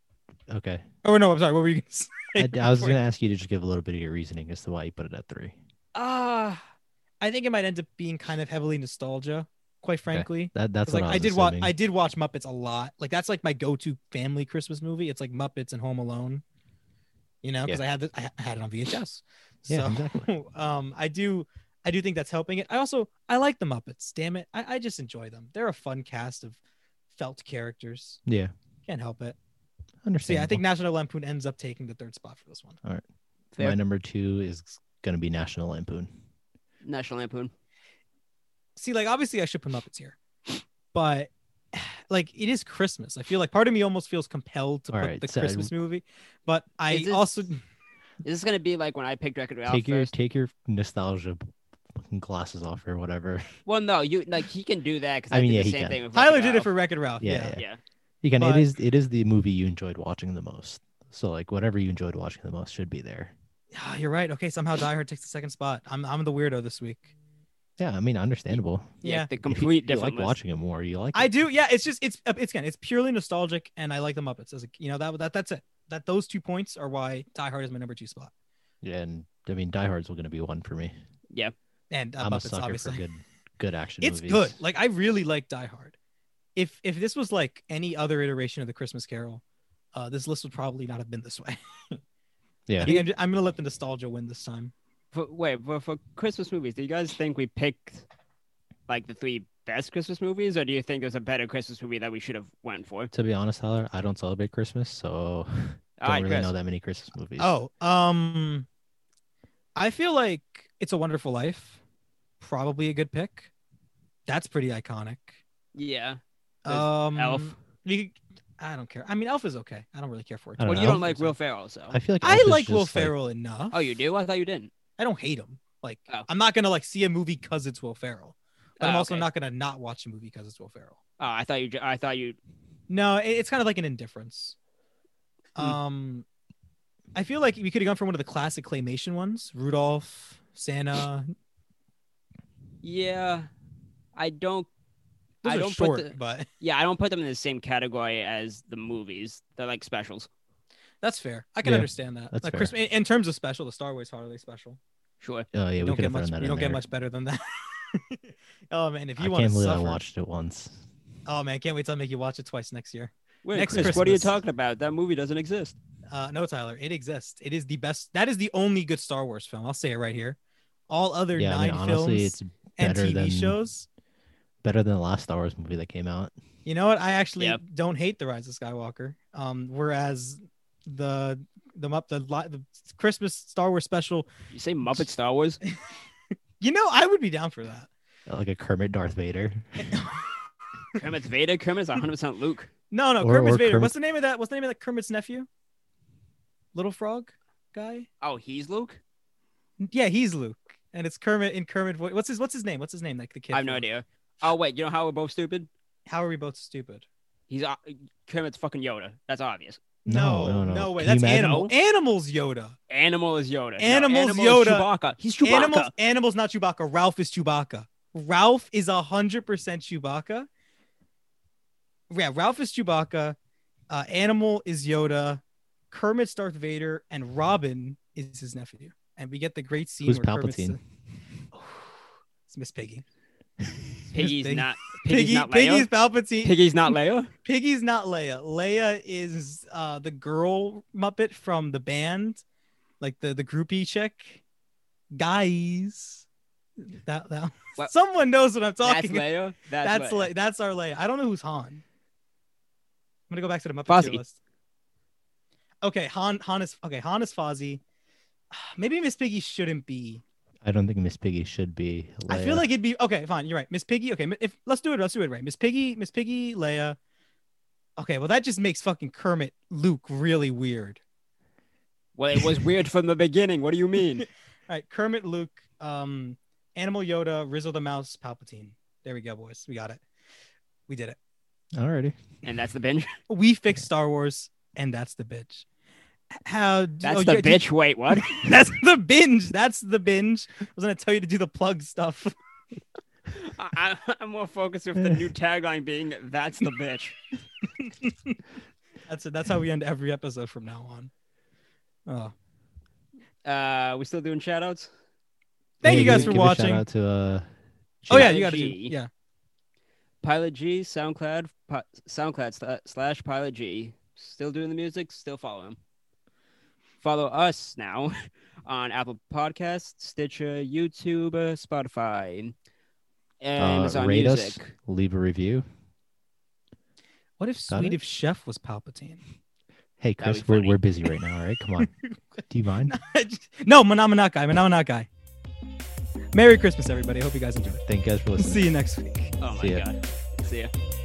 S3: okay,
S1: Oh no, I'm sorry. What were you? Gonna say?
S3: I, I was
S1: Before-
S3: gonna ask you to just give a little bit of your reasoning as to why you put it at three.
S1: Uh, I think it might end up being kind of heavily nostalgia, quite frankly.
S3: That that's
S1: 'Cause,
S3: what
S1: like I,
S3: I, was
S1: did watch
S3: assuming.
S1: I did watch Muppets a lot. Like that's like my go-to family Christmas movie. It's like Muppets and Home Alone. You know, because I had the, I ha- I had it on VHS.
S3: Yeah,
S1: so
S3: exactly.
S1: um I do I do think that's helping it. I also I like the Muppets, damn it. I, I just enjoy them. They're a fun cast of felt characters.
S3: Yeah,
S1: Can't help it. So
S3: understand.
S1: yeah, I think National Lampoon ends up taking the third spot for this one.
S2: Fair.
S3: my number two is gonna be National Lampoon.
S2: National Lampoon.
S1: see like obviously i should put muppets here but like it is christmas i feel like part of me almost feels compelled to
S3: All
S1: put
S3: right,
S1: the
S3: so I-
S1: christmas movie but i
S2: Is this-
S1: also
S2: Is this gonna be like when I picked Record Ralph
S3: take your
S2: first?
S3: take your nostalgia b- fucking glasses off or whatever.
S2: Well, no, you like he can do that because
S3: I
S2: I,
S3: mean,
S2: did
S3: yeah,
S2: the
S3: he
S2: same
S3: can.
S2: thing. With
S1: tyler
S2: Wreck-It
S1: did it
S2: Ralph.
S1: for wreck-it ralph yeah,
S3: Yeah,
S1: yeah.
S3: yeah.
S2: Yeah.
S3: You can.
S1: But-
S3: it is it is the movie you enjoyed watching the most. So like whatever you enjoyed watching the most should be there.
S1: Ah, you're right okay somehow die hard takes the second spot i'm, I'm the weirdo this week
S3: Yeah, I mean understandable.
S1: Yeah.
S2: The
S3: If you-
S2: complete
S3: you,
S2: different
S3: like
S2: list.
S3: watching it more. You like
S1: i
S3: it.
S1: do yeah it's just it's it's again it's purely nostalgic and i like the muppets as a you know that, that that's it that those two points are why die hard is my number two spot
S3: and I mean Die Hard's going to be one for me.
S1: and uh,
S3: I'm a
S1: muppets
S3: sucker
S1: obviously
S3: for good good action
S1: it's
S3: movies.
S1: good like i really like die hard if if this was like any other iteration of the christmas carol uh this list would probably not have been this way
S3: Yeah.
S1: I think I'm, ju- I'm gonna let the nostalgia win this time
S2: For, wait, for, for Christmas movies, do you guys think we picked like the three best Christmas movies, or do you think there's a better Christmas movie that we should have went for?
S3: To be honest, Tyler, I don't celebrate Christmas, so
S2: All
S3: don't
S2: right,
S3: really
S2: Chris.
S3: know that many Christmas movies.
S1: oh um i feel like it's a wonderful life probably a good pick that's pretty iconic
S2: Yeah. There's
S1: um
S2: Elf.
S1: you- i don't care i mean elf is okay i don't really care for it
S3: I don't
S2: Well,
S1: too
S2: you
S1: much.
S3: know.
S2: don't like Will Ferrell, so.
S3: I feel like
S1: i
S3: Elf is
S1: like will
S3: just, like-
S1: ferrell enough
S2: Oh, you do? I thought you didn't.
S1: i don't hate him like
S2: Oh.
S1: i'm not gonna like see a movie because it's will ferrell but i'm
S2: Ah,
S1: also
S2: okay.
S1: not gonna not watch a movie because it's will ferrell
S2: Oh, I thought you. ju- I thought you.
S1: No, it- it's kind of like an indifference.
S2: Hmm.
S1: Um, I feel like we could have gone for one of the classic claymation ones: Rudolph, Santa.
S2: Yeah. I don't.
S1: Those
S2: I
S1: are
S2: don't
S1: short,
S2: put the,
S1: but
S2: Yeah, I don't put them in the same category as the movies. They're like specials.
S1: that's fair. I can
S3: Yeah,
S1: understand that.
S3: that's
S1: like
S3: fair.
S1: Christmas, in, in terms of special, the Star Wars holiday special.
S2: Sure.
S3: Oh yeah,
S1: you
S3: we
S1: don't
S3: could
S1: get
S3: have
S1: much.
S3: thrown
S1: You
S3: that
S1: don't
S3: in
S1: get
S3: there.
S1: much better than that. oh man, if you
S3: I
S1: want
S3: can't
S1: to
S3: believe
S1: suffer,
S3: I watched it once.
S1: oh man, can't wait till I make you watch it twice next year.
S2: Wait,
S1: Next
S2: Chris, what are you
S1: Christmas.
S2: talking about? That movie doesn't exist.
S1: Uh, no, Tyler, it exists. It is the best. That is the only good Star Wars film. I'll say it right here. All other
S3: Yeah,
S1: nine
S3: I mean, honestly,
S1: films
S3: it's
S1: and
S3: better
S1: TV
S3: than-
S1: shows.
S3: better than the last Star Wars movie that came out.
S1: You know what? I actually
S2: Yep.
S1: don't hate the Rise of Skywalker. Um, whereas the the Mupp- the, li- the Christmas Star Wars special,
S2: You say Muppet Star Wars?
S1: you know, I would be down for that.
S3: Like a Kermit Darth Vader.
S2: Kermit's Vader? Kermit's 100% Luke.
S1: No, no,
S3: Or-
S1: Kermit's
S3: or
S1: Vader.
S3: Kermit-
S1: What's the name of that? What's the name of that Kermit's nephew? Little Frog guy.
S2: Oh, he's Luke?
S1: Yeah, he's Luke, and it's Kermit in Kermit. Vo- what's his What's his name? What's his name? Like the kid.
S2: I have no
S1: from-
S2: idea. Oh, wait, you know how we're both stupid?
S1: How are we both stupid?
S2: He's uh, Kermit's fucking Yoda. That's obvious.
S3: No,
S1: no,
S3: no, no.
S1: way.
S3: Can you
S1: That's
S3: imagine-
S1: animal. Animals Yoda.
S2: Animal is Yoda. No,
S1: Animal's
S2: animal is
S1: Yoda.
S2: Chewbacca. He's Chewbacca.
S1: Animals, animals, not Chewbacca. Ralph is Chewbacca. Ralph is hundred percent Chewbacca. Yeah, Ralph is Chewbacca. Uh, Animal is Yoda. Kermit's Darth Vader, and Robin is his nephew. And we get the great scene
S3: Who's
S1: where Kermit's-
S3: Palpatine?
S1: it's Miss Piggy.
S2: Piggy's
S1: Piggy.
S2: not. Piggy's
S1: Piggy,
S2: not
S1: Piggy's
S2: Leia.
S1: Palpatine.
S2: Piggy's not Leia.
S1: Piggy's not Leia. Leia is uh, the girl Muppet from the band, like the the groupie chick. Guys, that that
S2: What?
S1: someone knows what I'm
S2: That's
S1: talking. about.
S2: Leia. That's,
S1: That's
S2: Leia.
S1: Le- that's our Leia. I don't know who's Han. I'm gonna go back to the Muppet
S2: Fozzie.
S1: tier list. Okay, Han Han is okay. Han is Fozzie. Maybe Miss Piggy shouldn't be.
S3: I don't think Miss Piggy should be.
S1: I feel
S3: Leia.
S1: like it'd be okay. Fine, you're right. Miss Piggy. Okay, if let's do it. Let's do it right. Miss Piggy. Miss Piggy. Leia. Okay, well that just makes fucking Kermit Luke really weird.
S2: Well, it was weird from the beginning. What do you mean?
S1: All right, Kermit Luke. Um, Animal Yoda. Rizzo the Mouse. Palpatine. There we go, boys. We got it. We did it.
S3: alrighty.
S2: And that's the binge.
S1: We fixed Star Wars, and that's the bitch. How?
S2: That's
S1: oh,
S2: the
S1: yeah, did-
S2: bitch. Wait, what?
S1: That's the binge. That's the binge. I was gonna tell you to do the plug stuff.
S2: I, I- I'm more focused with the new tagline being "That's the bitch."
S1: That's it. That's how we end every episode from now on. Oh.
S2: Uh, we still doing shoutouts.
S1: Thank you
S3: give-
S1: guys for
S3: give a
S1: watching.
S3: Shout out to uh.
S1: Oh yeah,
S2: G.
S1: you gotta. Do, yeah.
S2: Pilot G, SoundCloud, pi- SoundCloud sla- slash Pilot G. Still doing the music. Still follow him. Follow us now on Apple Podcasts, Stitcher, YouTube, uh, Spotify, and
S3: Uh,
S2: Amazon
S3: rate us.
S2: Music.
S3: leave a review.
S1: What if
S3: Got it?
S1: Swedish Chef was Palpatine?
S3: Hey
S2: That'd be
S3: Chris, we're,
S2: funny.
S3: we're busy right now. All right, come on. Do you mind?
S1: no, Manamanak guy. Manamanak guy. Merry Christmas, everybody. Hope you guys enjoy.
S3: Thank you guys for listening.
S1: See you next week.
S2: Oh my
S3: See ya.
S2: god. See ya.